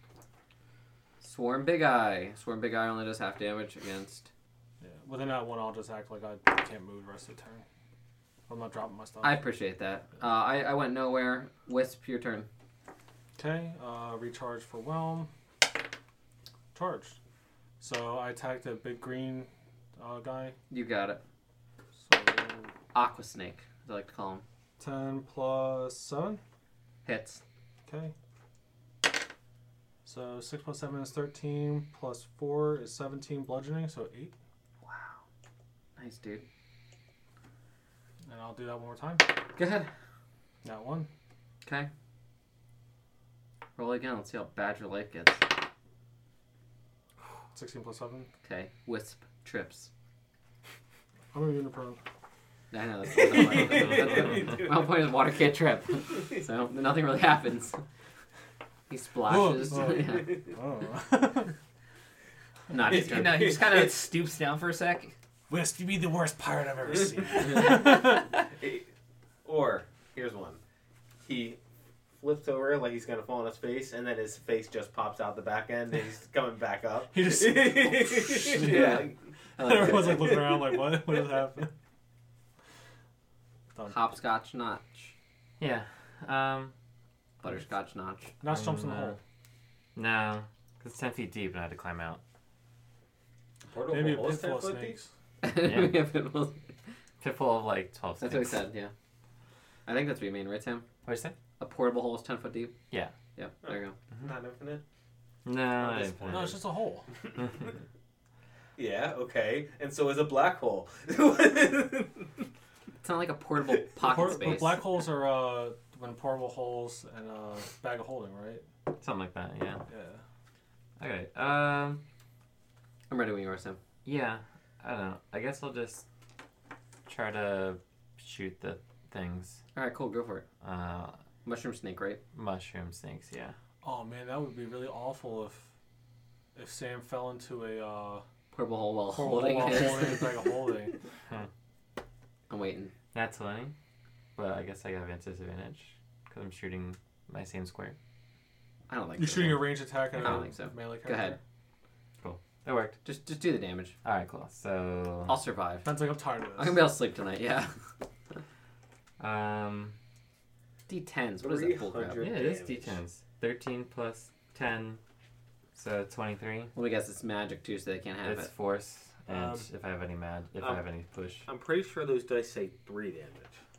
Speaker 1: Swarm Big Eye. Swarm Big Eye only does half damage against.
Speaker 2: Yeah. Well, then that one I'll just act like I can't move the rest of the turn. I'm not dropping my stuff.
Speaker 1: I appreciate that. Uh, I, I went nowhere. Wisp, your turn.
Speaker 2: Okay, uh, recharge for whelm. Charged. So I attack the big green uh, guy.
Speaker 1: You got it.
Speaker 2: So
Speaker 1: Aqua Snake, as I like to call him.
Speaker 2: 10 plus 7.
Speaker 1: Hits.
Speaker 2: Okay. So 6 plus 7 is 13, plus 4 is 17 bludgeoning, so 8.
Speaker 1: Wow. Nice, dude.
Speaker 2: And I'll do that one more time.
Speaker 1: Go ahead.
Speaker 2: That one.
Speaker 1: Okay. Roll again. Let's see how bad your life gets.
Speaker 2: 16 plus 7.
Speaker 1: Okay. Wisp trips.
Speaker 2: I'm a uniprone.
Speaker 1: I know. That's, that's, my whole point is water can't trip. So nothing really happens. He splashes.
Speaker 2: Whoa, whoa.
Speaker 1: Yeah.
Speaker 2: Oh.
Speaker 1: Not his
Speaker 3: You
Speaker 1: turn.
Speaker 3: know, he just kind of stoops down for a sec.
Speaker 2: Wisp, you be the worst pirate I've ever seen.
Speaker 4: or here's one. He flips flips over like he's gonna fall on his face, and then his face just pops out the back end, and he's coming back up.
Speaker 2: He just-
Speaker 4: yeah.
Speaker 1: I like
Speaker 2: Everyone's
Speaker 1: that.
Speaker 2: like looking around like, what? What is happening?
Speaker 1: Hopscotch notch.
Speaker 5: Yeah. Um,
Speaker 1: Butterscotch notch.
Speaker 2: Nash jumps in the hole.
Speaker 5: no. 'cause it's 10 feet deep and I had to climb out.
Speaker 4: Portal
Speaker 2: Maybe a
Speaker 4: hole is
Speaker 2: pit full
Speaker 4: 10
Speaker 2: of
Speaker 4: foot
Speaker 2: snakes.
Speaker 5: Yeah.
Speaker 1: We have it all-
Speaker 5: Pitfall of like 12
Speaker 1: that's what he
Speaker 5: snakes.
Speaker 1: said, yeah. I think that's what you mean, right, Tim?
Speaker 5: What'd you say?
Speaker 1: A portable hole is 10 foot deep?
Speaker 5: Yeah.
Speaker 1: Yeah, there you go.
Speaker 4: deep. Not infinite.
Speaker 5: No, I
Speaker 4: this point.
Speaker 5: didn't plan
Speaker 2: No,
Speaker 5: it.
Speaker 2: it's just a hole.
Speaker 4: Yeah. Okay. And so is a black hole.
Speaker 1: It's not like a portable pocket
Speaker 2: Por-
Speaker 1: space.
Speaker 2: Black holes are uh, when portable holes and uh, bag of holding, right?
Speaker 5: Something like that, yeah.
Speaker 2: Yeah.
Speaker 5: Okay. Um,
Speaker 1: I'm ready when you are, Sam.
Speaker 5: yeah. I don't know. I guess I'll just try to shoot the things.
Speaker 1: All right, cool, go for it.
Speaker 5: Uh,
Speaker 1: Mushroom snake, right?
Speaker 5: mushroom snakes, yeah.
Speaker 2: Oh man, that would be really awful if if Sam fell into a uh,
Speaker 1: Portable hole while
Speaker 2: portable
Speaker 1: holding
Speaker 2: hole
Speaker 1: it.
Speaker 2: holding a bag of holding.
Speaker 1: I'm waiting.
Speaker 5: That's 20. But I guess I have disadvantage because I'm shooting my same square.
Speaker 1: I don't like
Speaker 2: You're shooting a range attack at
Speaker 1: I
Speaker 2: a
Speaker 1: don't think so.
Speaker 2: melee character.
Speaker 1: Go ahead.
Speaker 5: That worked.
Speaker 1: Just, just do the damage.
Speaker 5: All right, cool. So,
Speaker 1: I'll survive.
Speaker 2: Ben's like, I'm tired of this.
Speaker 1: I'm gonna be able to sleep tonight, yeah.
Speaker 5: um,
Speaker 1: D10s, what is that bull crap?
Speaker 4: 300.
Speaker 5: yeah, it is
Speaker 4: Damage.
Speaker 5: d10s. 13 plus 10, so 23.
Speaker 1: Let me guess, it's magic too, so they can't have
Speaker 5: It's
Speaker 1: it.
Speaker 5: force, and
Speaker 4: Um,
Speaker 5: if I have any mad, if
Speaker 4: um,
Speaker 5: I have any push,
Speaker 4: I'm pretty sure those dice say three damage.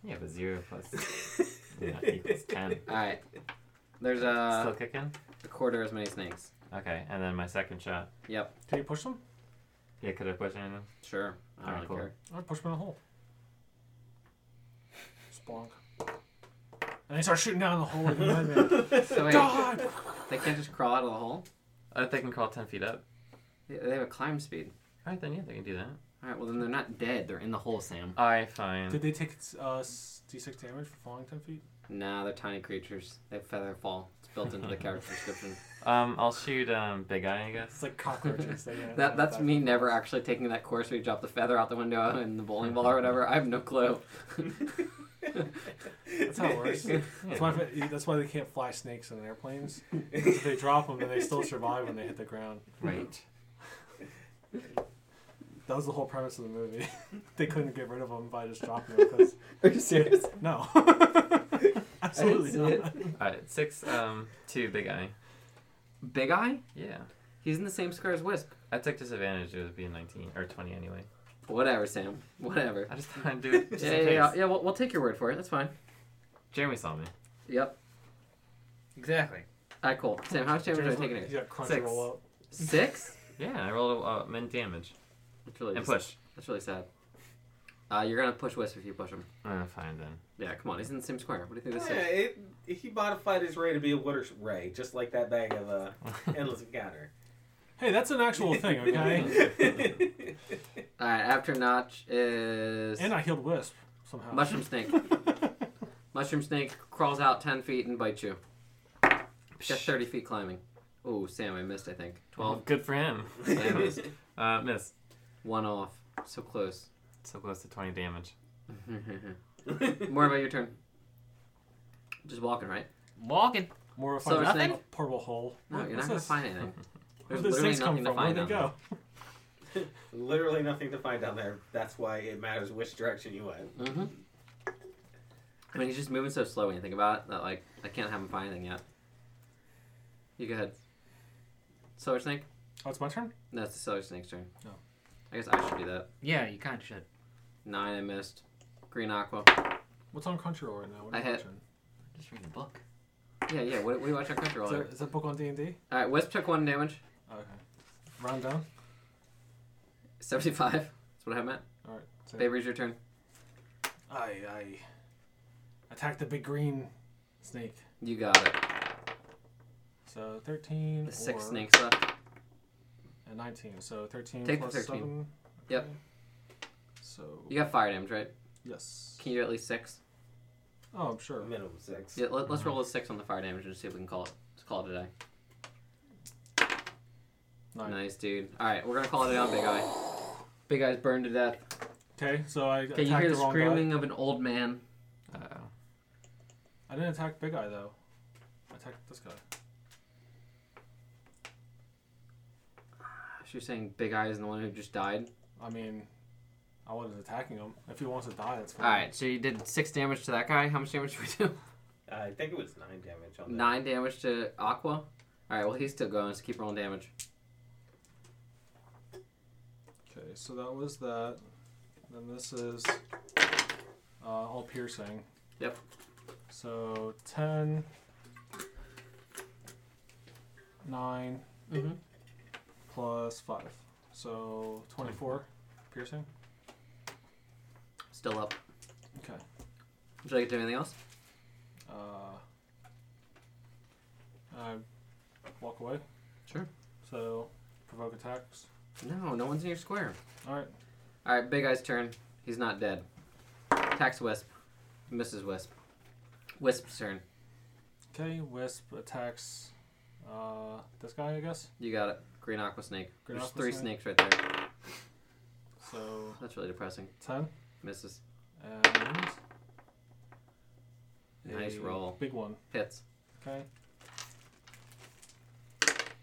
Speaker 5: yeah, but zero plus yeah, equals ten.
Speaker 1: Alright. There's uh,
Speaker 5: Still kicking.
Speaker 1: a quarter as many snakes.
Speaker 5: Okay, and then my second shot.
Speaker 1: Yep,
Speaker 2: Can you push them?
Speaker 5: Yeah, could I push anything?
Speaker 1: sure. I don't
Speaker 5: Alright,
Speaker 1: really
Speaker 5: cool.
Speaker 1: care.
Speaker 2: I push him in a hole. Splunk. And they start shooting down the hole like madmen.
Speaker 1: So wait,
Speaker 2: God!
Speaker 1: they can't just crawl out of the hole?
Speaker 5: I think Uh, they can crawl ten feet up.
Speaker 1: They they have a climb speed.
Speaker 5: All right, then yeah, they can do that.
Speaker 1: Alright, well then they're not dead, they're in the hole, Sam.
Speaker 5: All right, fine.
Speaker 2: Did they take uh, s- d6 damage for falling 10 feet?
Speaker 1: Nah, they're tiny creatures. They have feather fall. It's built into the character description.
Speaker 5: Um, I'll shoot um big eye, I guess.
Speaker 2: It's like cockroaches. they uh, get
Speaker 1: That, that's
Speaker 2: back.
Speaker 1: me never actually taking that course where you drop the feather out the window and the bowling ball or whatever. I have no clue.
Speaker 2: That's how it works. That's why, that's why they can't fly snakes in airplanes. 'Cause if they drop them, then they still survive when they hit the ground.
Speaker 5: Right.
Speaker 2: That was the whole premise of the movie. they couldn't get rid of them by just dropping them. 'cause-
Speaker 1: Are you serious?
Speaker 2: no.
Speaker 1: I didn't
Speaker 2: Absolutely
Speaker 1: see
Speaker 2: not.
Speaker 1: it.
Speaker 5: All right, Uh, six um two big eye.
Speaker 1: Big Eye?
Speaker 5: Yeah,
Speaker 1: He's in the same square as Wisp.
Speaker 5: I took disadvantage. It would be a nineteen or twenty anyway.
Speaker 1: Whatever, Sam. Whatever.
Speaker 5: I just thought I'd do it. Just
Speaker 1: Yeah,
Speaker 5: in
Speaker 1: yeah,
Speaker 5: case.
Speaker 1: yeah. yeah we'll, we'll take your word for it. That's fine.
Speaker 5: Jeremy saw me.
Speaker 1: Yep.
Speaker 3: Exactly.
Speaker 1: All right, cool. Sam, how much damage are I taking
Speaker 2: He's
Speaker 1: here?
Speaker 2: got crunch
Speaker 5: Six.
Speaker 2: roll up.
Speaker 1: Six?
Speaker 5: Yeah, I rolled a uh, min damage
Speaker 1: That's really,
Speaker 5: and push.
Speaker 1: That's really sad. Uh, you're going to push Wisp if you push him.
Speaker 5: Uh, fine then.
Speaker 1: Yeah, come on. He's in the same square. What do you think this
Speaker 4: Yeah,
Speaker 1: is?
Speaker 4: it, he modified his ray to be a water ray, just like that bag of uh, endless encounter.
Speaker 2: Hey, that's an actual thing, okay?
Speaker 1: All right, after Notch is
Speaker 2: and I healed Wisp somehow.
Speaker 1: Mushroom Snake. Mushroom Snake crawls out 10 feet and bites you. Just 30 feet climbing. Oh, Sam, I missed, I think. 12.
Speaker 5: Well, good for him. I missed. Uh, miss.
Speaker 2: Mm-hmm.
Speaker 1: One off. So close.
Speaker 5: So close to 20 damage.
Speaker 1: More about your turn. Just walking, right?
Speaker 3: Walking.
Speaker 2: More of
Speaker 1: So
Speaker 2: a
Speaker 1: nothing?
Speaker 2: portable hole.
Speaker 1: No,
Speaker 2: What-
Speaker 1: you're not going
Speaker 2: what's
Speaker 1: to
Speaker 2: this?
Speaker 1: find anything. There's
Speaker 2: Where did
Speaker 1: literally
Speaker 2: these things come
Speaker 1: nothing to
Speaker 2: from?
Speaker 1: find
Speaker 2: Where'd they
Speaker 1: down
Speaker 2: go?
Speaker 4: Literally nothing to find down there. That's why it matters which direction you went.
Speaker 1: Mm-hmm. I mean, he's just moving so slow when you think about it that, like, I can't have him find anything yet. You go ahead. Solar Snake?
Speaker 2: Oh, it's my turn?
Speaker 1: No, it's the Solar Snake's turn.
Speaker 2: No.
Speaker 1: I guess I should do that.
Speaker 3: Yeah, you kind of should.
Speaker 1: Nine, I missed. Green Aqua.
Speaker 2: What's on Crunchyroll right now? What are
Speaker 1: I
Speaker 2: you
Speaker 1: hit.
Speaker 2: watching?
Speaker 3: Just read the book.
Speaker 1: Yeah, yeah, what, what do you watch on Crunchyroll?
Speaker 2: Is that, is that book on D&D?
Speaker 1: Alright, Wisp took one damage.
Speaker 2: Okay. Round down?
Speaker 1: 75. That's what I meant.
Speaker 2: Alright. so-
Speaker 1: Baby's your turn.
Speaker 2: I, I attack the big green snake.
Speaker 1: You got it.
Speaker 2: So 13
Speaker 1: The six
Speaker 2: or-
Speaker 1: snakes left.
Speaker 2: and 19. So 13
Speaker 1: Take the
Speaker 2: plus
Speaker 1: 13.
Speaker 2: 7.
Speaker 1: Yep.
Speaker 2: Okay. So,
Speaker 1: You got fire damage, right?
Speaker 2: yes.
Speaker 1: Can you do at least six?
Speaker 2: Oh, I'm sure.
Speaker 4: Minimum six.
Speaker 1: Yeah, let, us roll a six on the fire damage and see if we can call it. Let's call it a day.
Speaker 2: Nine.
Speaker 1: Nice, dude. All right, we're gonna call it a day on Big Eye. Big Eye's burned to death.
Speaker 2: Okay, so I
Speaker 1: Okay,
Speaker 2: attacked
Speaker 1: you hear
Speaker 2: the
Speaker 1: the
Speaker 2: wrong guy.
Speaker 1: screaming of an old man.
Speaker 5: Uh,
Speaker 2: I didn't attack Big Eye, though. attack this guy.
Speaker 1: So you're saying Big Eye is the one who just died?
Speaker 2: I mean, I wasn't attacking him. If he wants to die, that's fine.
Speaker 1: Alright, so you did six damage to that guy. How much damage did we do?
Speaker 4: I think it was nine damage on that.
Speaker 1: Nine damage to Aqua. Alright, well, he's still going, so keep rolling damage.
Speaker 2: Okay, so that was that. Then this is uh, all piercing.
Speaker 1: Yep.
Speaker 2: So 10, 9,
Speaker 1: Mhm.
Speaker 2: plus 5. So 24 piercing.
Speaker 1: Still up.
Speaker 2: Okay.
Speaker 1: Would you like to do anything else?
Speaker 2: Uh, I walk away.
Speaker 1: Sure.
Speaker 2: So provoke attacks.
Speaker 1: No, no one's in your square.
Speaker 2: Alright.
Speaker 1: Alright, Big Eye's turn. He's not dead. Attacks Wisp. Misses Wisp. Wisp's turn.
Speaker 2: Okay, Wisp attacks uh, this guy, I guess.
Speaker 1: You got it. Green Aqua Snake.
Speaker 2: Green
Speaker 1: There's
Speaker 2: Aqua
Speaker 1: three
Speaker 2: Snake.
Speaker 1: snakes right there.
Speaker 2: So
Speaker 1: That's really depressing.
Speaker 2: 10.
Speaker 1: Misses.
Speaker 2: And.
Speaker 1: Nice
Speaker 2: a
Speaker 1: roll.
Speaker 2: Big one.
Speaker 1: Hits.
Speaker 2: Okay.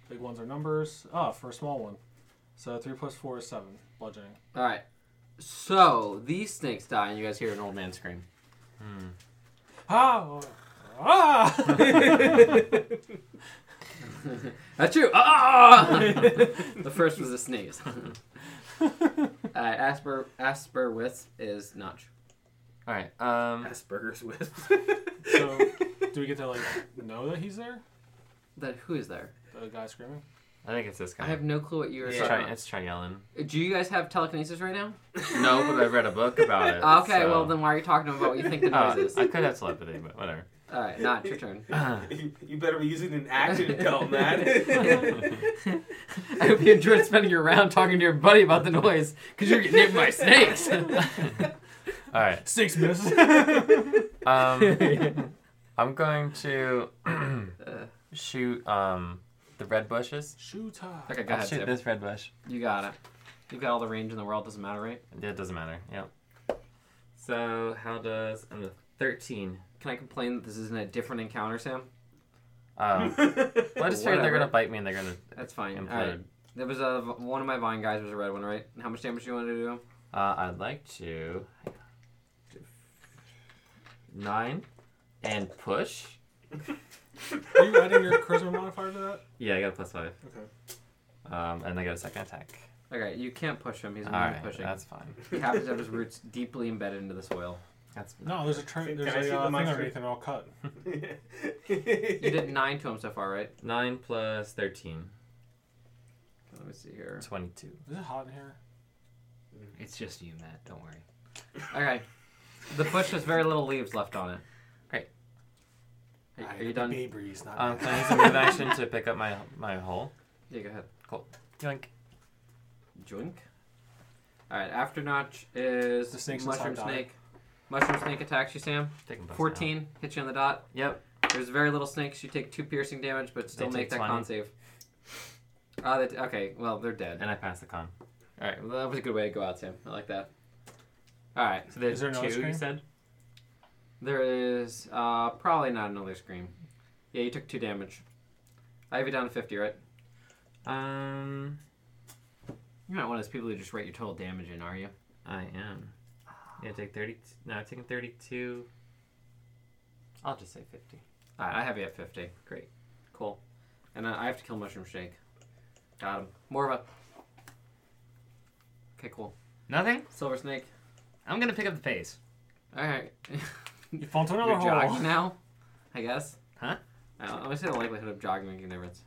Speaker 2: Big ones are numbers. Ah, for a small one. So 3 plus 4 is 7. Bludgeoning.
Speaker 1: All right. So these snakes die, and you guys hear an old man scream.
Speaker 2: Ah! Ah!
Speaker 1: That's you. Ah! the first was a sneeze. All right, Asper Asper Wisp is Notch.
Speaker 5: All right. Um,
Speaker 4: Asperger's wisp.
Speaker 2: so, do we get to, like, know that he's there?
Speaker 1: That who is there?
Speaker 2: The guy screaming?
Speaker 5: I think it's this guy.
Speaker 1: I have no clue what you were
Speaker 5: It's,
Speaker 1: talking
Speaker 5: tri-
Speaker 1: about.
Speaker 5: it's Triellen.
Speaker 1: Do you guys have telekinesis right now?
Speaker 5: No, but I read a book about it.
Speaker 1: Okay,
Speaker 5: so-
Speaker 1: well then why are you talking about what you think the
Speaker 6: Uh,
Speaker 5: Oh,
Speaker 1: noise is?
Speaker 5: I could have telepathy, but whatever.
Speaker 1: All right, Notch, your turn.
Speaker 4: you, you better be using an action to tell him that.
Speaker 6: I hope you enjoyed spending your round talking to your buddy about the noise, because you're getting hit by snakes.
Speaker 5: All right.
Speaker 2: Six misses.
Speaker 5: Um, I'm going to
Speaker 1: Uh.
Speaker 5: shoot um the red bushes.
Speaker 2: Shoot her.
Speaker 6: okay, go
Speaker 1: Oh,
Speaker 5: I'll
Speaker 6: ahead.
Speaker 5: shoot
Speaker 6: Zip.
Speaker 5: this red bush.
Speaker 1: You got it. You got all the range in the world. Doesn't matter, right?
Speaker 5: Yeah, it doesn't matter. Yep. So how does um, I'm a thirteen?
Speaker 1: Can I complain that this isn't a different encounter, Sam?
Speaker 5: Um, well, I just figured they're
Speaker 1: Whatever.
Speaker 5: gonna bite me and they're gonna
Speaker 1: That's fine. All right.
Speaker 5: implode.
Speaker 1: There was a one of my vine guys was a red one, right? How much damage do you want to do? to him?
Speaker 5: Uh, I'd like to nine and push.
Speaker 2: Are you adding your charisma modifier to that?
Speaker 5: Yeah, I got a plus five.
Speaker 2: Okay.
Speaker 5: Um, and I got a second attack.
Speaker 1: Okay, you can't push him. He's
Speaker 5: All
Speaker 1: immune
Speaker 5: right,
Speaker 1: to pushing.
Speaker 5: that's fine.
Speaker 1: He happens to have his roots deeply embedded into the soil.
Speaker 5: That's
Speaker 2: No, there's a tra-
Speaker 4: Can
Speaker 2: there's
Speaker 4: I see
Speaker 2: a
Speaker 4: the
Speaker 2: uh, thing
Speaker 4: monster?
Speaker 2: underneath and I'll cut.
Speaker 1: You did nine to him so far, right?
Speaker 5: nine plus 13,
Speaker 1: Let me see here.
Speaker 5: 22.
Speaker 2: Is it hot in here?
Speaker 3: It's just you, Matt. Don't worry.
Speaker 1: Okay. The bush has very little leaves left on it.
Speaker 5: Great.
Speaker 1: Are, are you done? Uh,
Speaker 2: Bay breeze, not
Speaker 5: Um, can I use a move action to pick up my my hole?
Speaker 1: Yeah, go ahead.
Speaker 5: Yoink.
Speaker 1: Joink. All right. After notch is
Speaker 2: The snake's
Speaker 1: mushroom
Speaker 2: inside die.
Speaker 1: snake. Mushroom snake attacks you, Sam.
Speaker 5: Take them both
Speaker 1: Fourteen hits you on the dot.
Speaker 5: now. Yep.
Speaker 1: There's very little snakes. You take two piercing damage, but still
Speaker 5: They
Speaker 1: make
Speaker 5: take
Speaker 1: that
Speaker 5: 20.
Speaker 1: con save. Ah, they- okay. Well, they're dead.
Speaker 5: And I pass the con.
Speaker 1: All right, well, that was a good way to go out, Sam. I like that. All right,
Speaker 5: So there's
Speaker 2: Is there another
Speaker 5: two, you
Speaker 2: screen?
Speaker 5: said?
Speaker 1: there is uh, probably not another scream. Yeah, you took two damage. I have you down to 50, right?
Speaker 5: Um,
Speaker 1: You're not one of those people who just write your total damage in, are you?
Speaker 5: I am. Yeah, take 30. No, I've taken 32. I'll just say 50.
Speaker 1: All right, I have you at 50.
Speaker 5: Great.
Speaker 1: Cool. And uh, I have to kill Mushroom Shake. Got him. Morva. Okay, cool.
Speaker 3: Nothing.
Speaker 1: Silver Snake.
Speaker 3: I'm gonna pick up the pace.
Speaker 1: All right.
Speaker 2: You fall into another
Speaker 1: You're
Speaker 2: hole.
Speaker 1: jogging now, I guess.
Speaker 3: Huh?
Speaker 1: I don't- I'm gonna say the likelihood of jogging making a difference.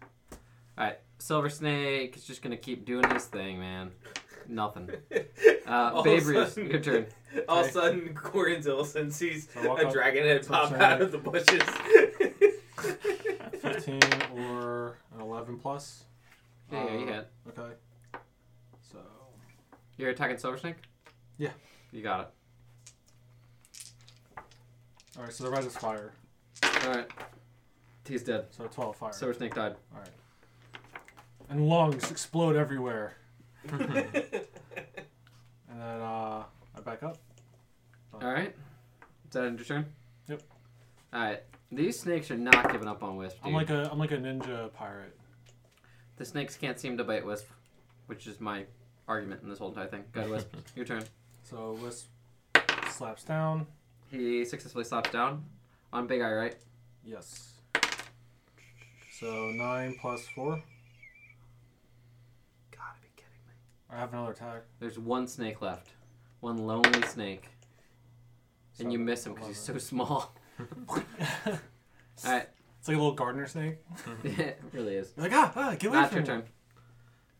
Speaker 1: All right, Silver Snake is just gonna keep doing his thing, man. Nothing. Uh,
Speaker 4: All
Speaker 1: Babe
Speaker 4: of a
Speaker 1: Ruth,
Speaker 4: sudden-
Speaker 1: your turn.
Speaker 4: All of a sudden, Corin Zillison sees
Speaker 2: So walk
Speaker 4: a
Speaker 2: up.
Speaker 4: dragon head
Speaker 2: So I'm
Speaker 4: pop
Speaker 2: saying,
Speaker 4: out
Speaker 2: like-
Speaker 4: of the bushes.
Speaker 2: 15 or an 11 plus.
Speaker 1: Yeah, yeah, you
Speaker 2: Uh,
Speaker 1: hit.
Speaker 2: Okay. So.
Speaker 1: You're attacking Silver Snake.
Speaker 2: Yeah.
Speaker 1: You got
Speaker 2: Alright, so the red is fire.
Speaker 1: it. All right. He's dead.
Speaker 2: So 12 fire.
Speaker 1: Silver Snake died.
Speaker 2: and lungs explode everywhere. And then uh, I back up.
Speaker 1: All right. Is that end your turn?
Speaker 2: Yep.
Speaker 1: All right. These snakes are not giving up on Wisp, dude.
Speaker 2: I'm like a I'm like a ninja pirate.
Speaker 1: the snakes can't seem to bite Wisp, which is my argument in this whole entire thing. Go ahead, Wisp. Your turn.
Speaker 2: So Wisp slaps down.
Speaker 1: He successfully slaps down on Big Eye, right?
Speaker 2: Yes. So nine plus four.
Speaker 1: Gotta be kidding me.
Speaker 2: I have another attack.
Speaker 1: There's one snake left. One lonely snake. And you
Speaker 2: Seven,
Speaker 1: miss him because he's so
Speaker 2: eleven.
Speaker 1: small. Alright.
Speaker 2: It's like a little gardener snake.
Speaker 1: it really is.
Speaker 2: You're like ah, ah get away
Speaker 1: Matt,
Speaker 2: from
Speaker 1: your
Speaker 2: me.
Speaker 1: turn.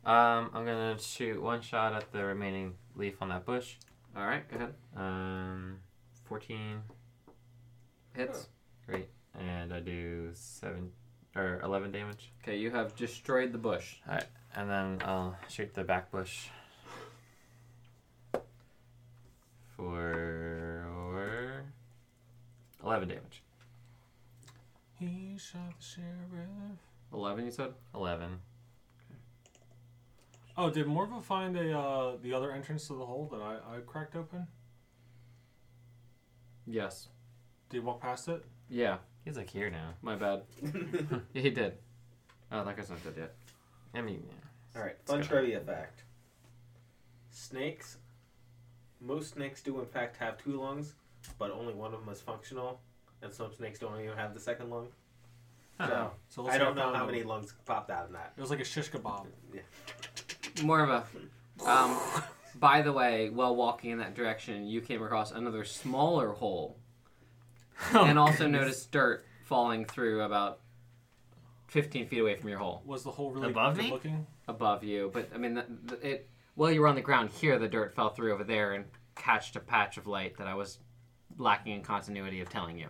Speaker 5: Um, I'm gonna shoot one shot at the remaining leaf on that bush.
Speaker 1: Alright, go ahead.
Speaker 5: Um, 14,
Speaker 1: Hits.
Speaker 5: and I do seven or 11 damage.
Speaker 1: Okay, you have destroyed the bush.
Speaker 5: And then I'll shoot the back bush for 11 damage.
Speaker 2: He shot the sheriff.
Speaker 1: 11, you said?
Speaker 5: 11.
Speaker 2: Oh, did Morva find a uh, the other entrance to the hole that I, I cracked open?
Speaker 1: Yes.
Speaker 2: Did he walk past it?
Speaker 1: Yeah,
Speaker 5: He's like here now.
Speaker 1: my bad. Yeah, he did. Oh, that guy's not dead yet.
Speaker 5: I mean, yeah.
Speaker 4: All right, fun
Speaker 5: It's kinda-
Speaker 4: trivia fact. Snakes. Most snakes do in fact have two lungs, but only one of them is functional, and some snakes don't even have the second lung. So
Speaker 2: So
Speaker 4: I
Speaker 2: say
Speaker 4: don't know
Speaker 2: found
Speaker 4: how
Speaker 2: him.
Speaker 4: many lungs popped out of that.
Speaker 2: It was like a shish kebab.
Speaker 1: Morva, um, by the way, while walking in that direction, you came across another smaller hole and also noticed dirt falling through about 15 feet away from your hole
Speaker 2: Was the hole really
Speaker 5: Above
Speaker 2: good
Speaker 5: me?
Speaker 2: looking?
Speaker 1: above you. But, I mean, th th- it, while you were on the ground here, the dirt fell through over there and catched a patch of light that I was lacking in continuity of telling you.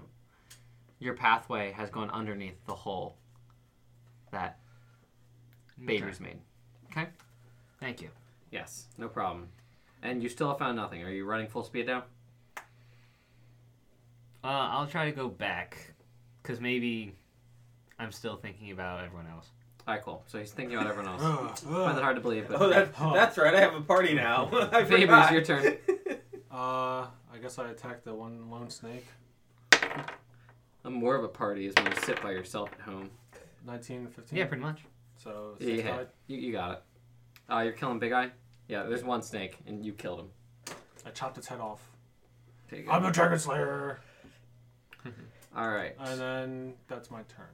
Speaker 1: Your pathway has gone underneath the hole that Bader's made. Okay?
Speaker 3: Thank you.
Speaker 1: Yes, no problem. And you still have found nothing. Are you running full speed now?
Speaker 3: Uh, I'll try to go back, cause maybe I'm still thinking about everyone else.
Speaker 1: Alright, cool. So he's thinking about everyone else.
Speaker 2: Ugh,
Speaker 1: Find
Speaker 2: ugh.
Speaker 1: that hard to believe, but
Speaker 4: Oh, that,
Speaker 2: Huh.
Speaker 4: that's right. I have a party now. I
Speaker 1: Faber, it's
Speaker 4: forgot.
Speaker 1: your turn.
Speaker 2: Uh, I guess I attacked the one lone snake.
Speaker 1: I'm more of a party is when you sit by yourself at home.
Speaker 2: 19, 15.
Speaker 3: Yeah, pretty much.
Speaker 2: So
Speaker 1: Yeah, you,
Speaker 2: six
Speaker 1: hit.
Speaker 2: died.
Speaker 1: You, you got it. Uh, you're killing Big Eye? Yeah, there's one snake, and you killed him.
Speaker 2: I chopped its head off.
Speaker 1: Okay, good.
Speaker 2: I'm a dragon slayer.
Speaker 1: Alright.
Speaker 2: And then that's my turn.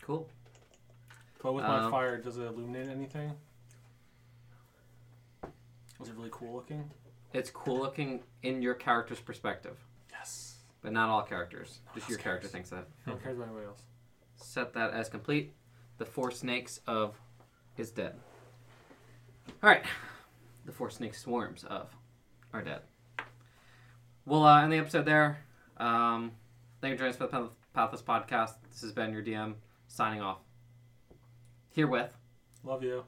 Speaker 1: Cool.
Speaker 2: But with my
Speaker 1: Um,
Speaker 2: fire, does it illuminate anything? Was it really cool looking?
Speaker 1: It's cool looking in your character's perspective,
Speaker 2: Yes.
Speaker 1: but not all characters. Just
Speaker 2: else
Speaker 1: your character
Speaker 2: cares.
Speaker 1: thinks that.
Speaker 2: No one cares about anybody else.
Speaker 1: set that as complete. The four snakes of is dead. All right, the four snake swarms of are dead. We'll uh, end the episode there. Um, thank you for joining us for the Path- Pathless podcast. This has been your DM signing off. Herewith,
Speaker 2: Love you.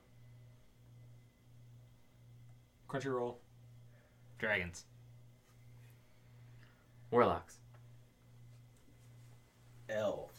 Speaker 2: Crunchyroll.
Speaker 3: Dragons.
Speaker 5: Warlocks.
Speaker 4: Elves.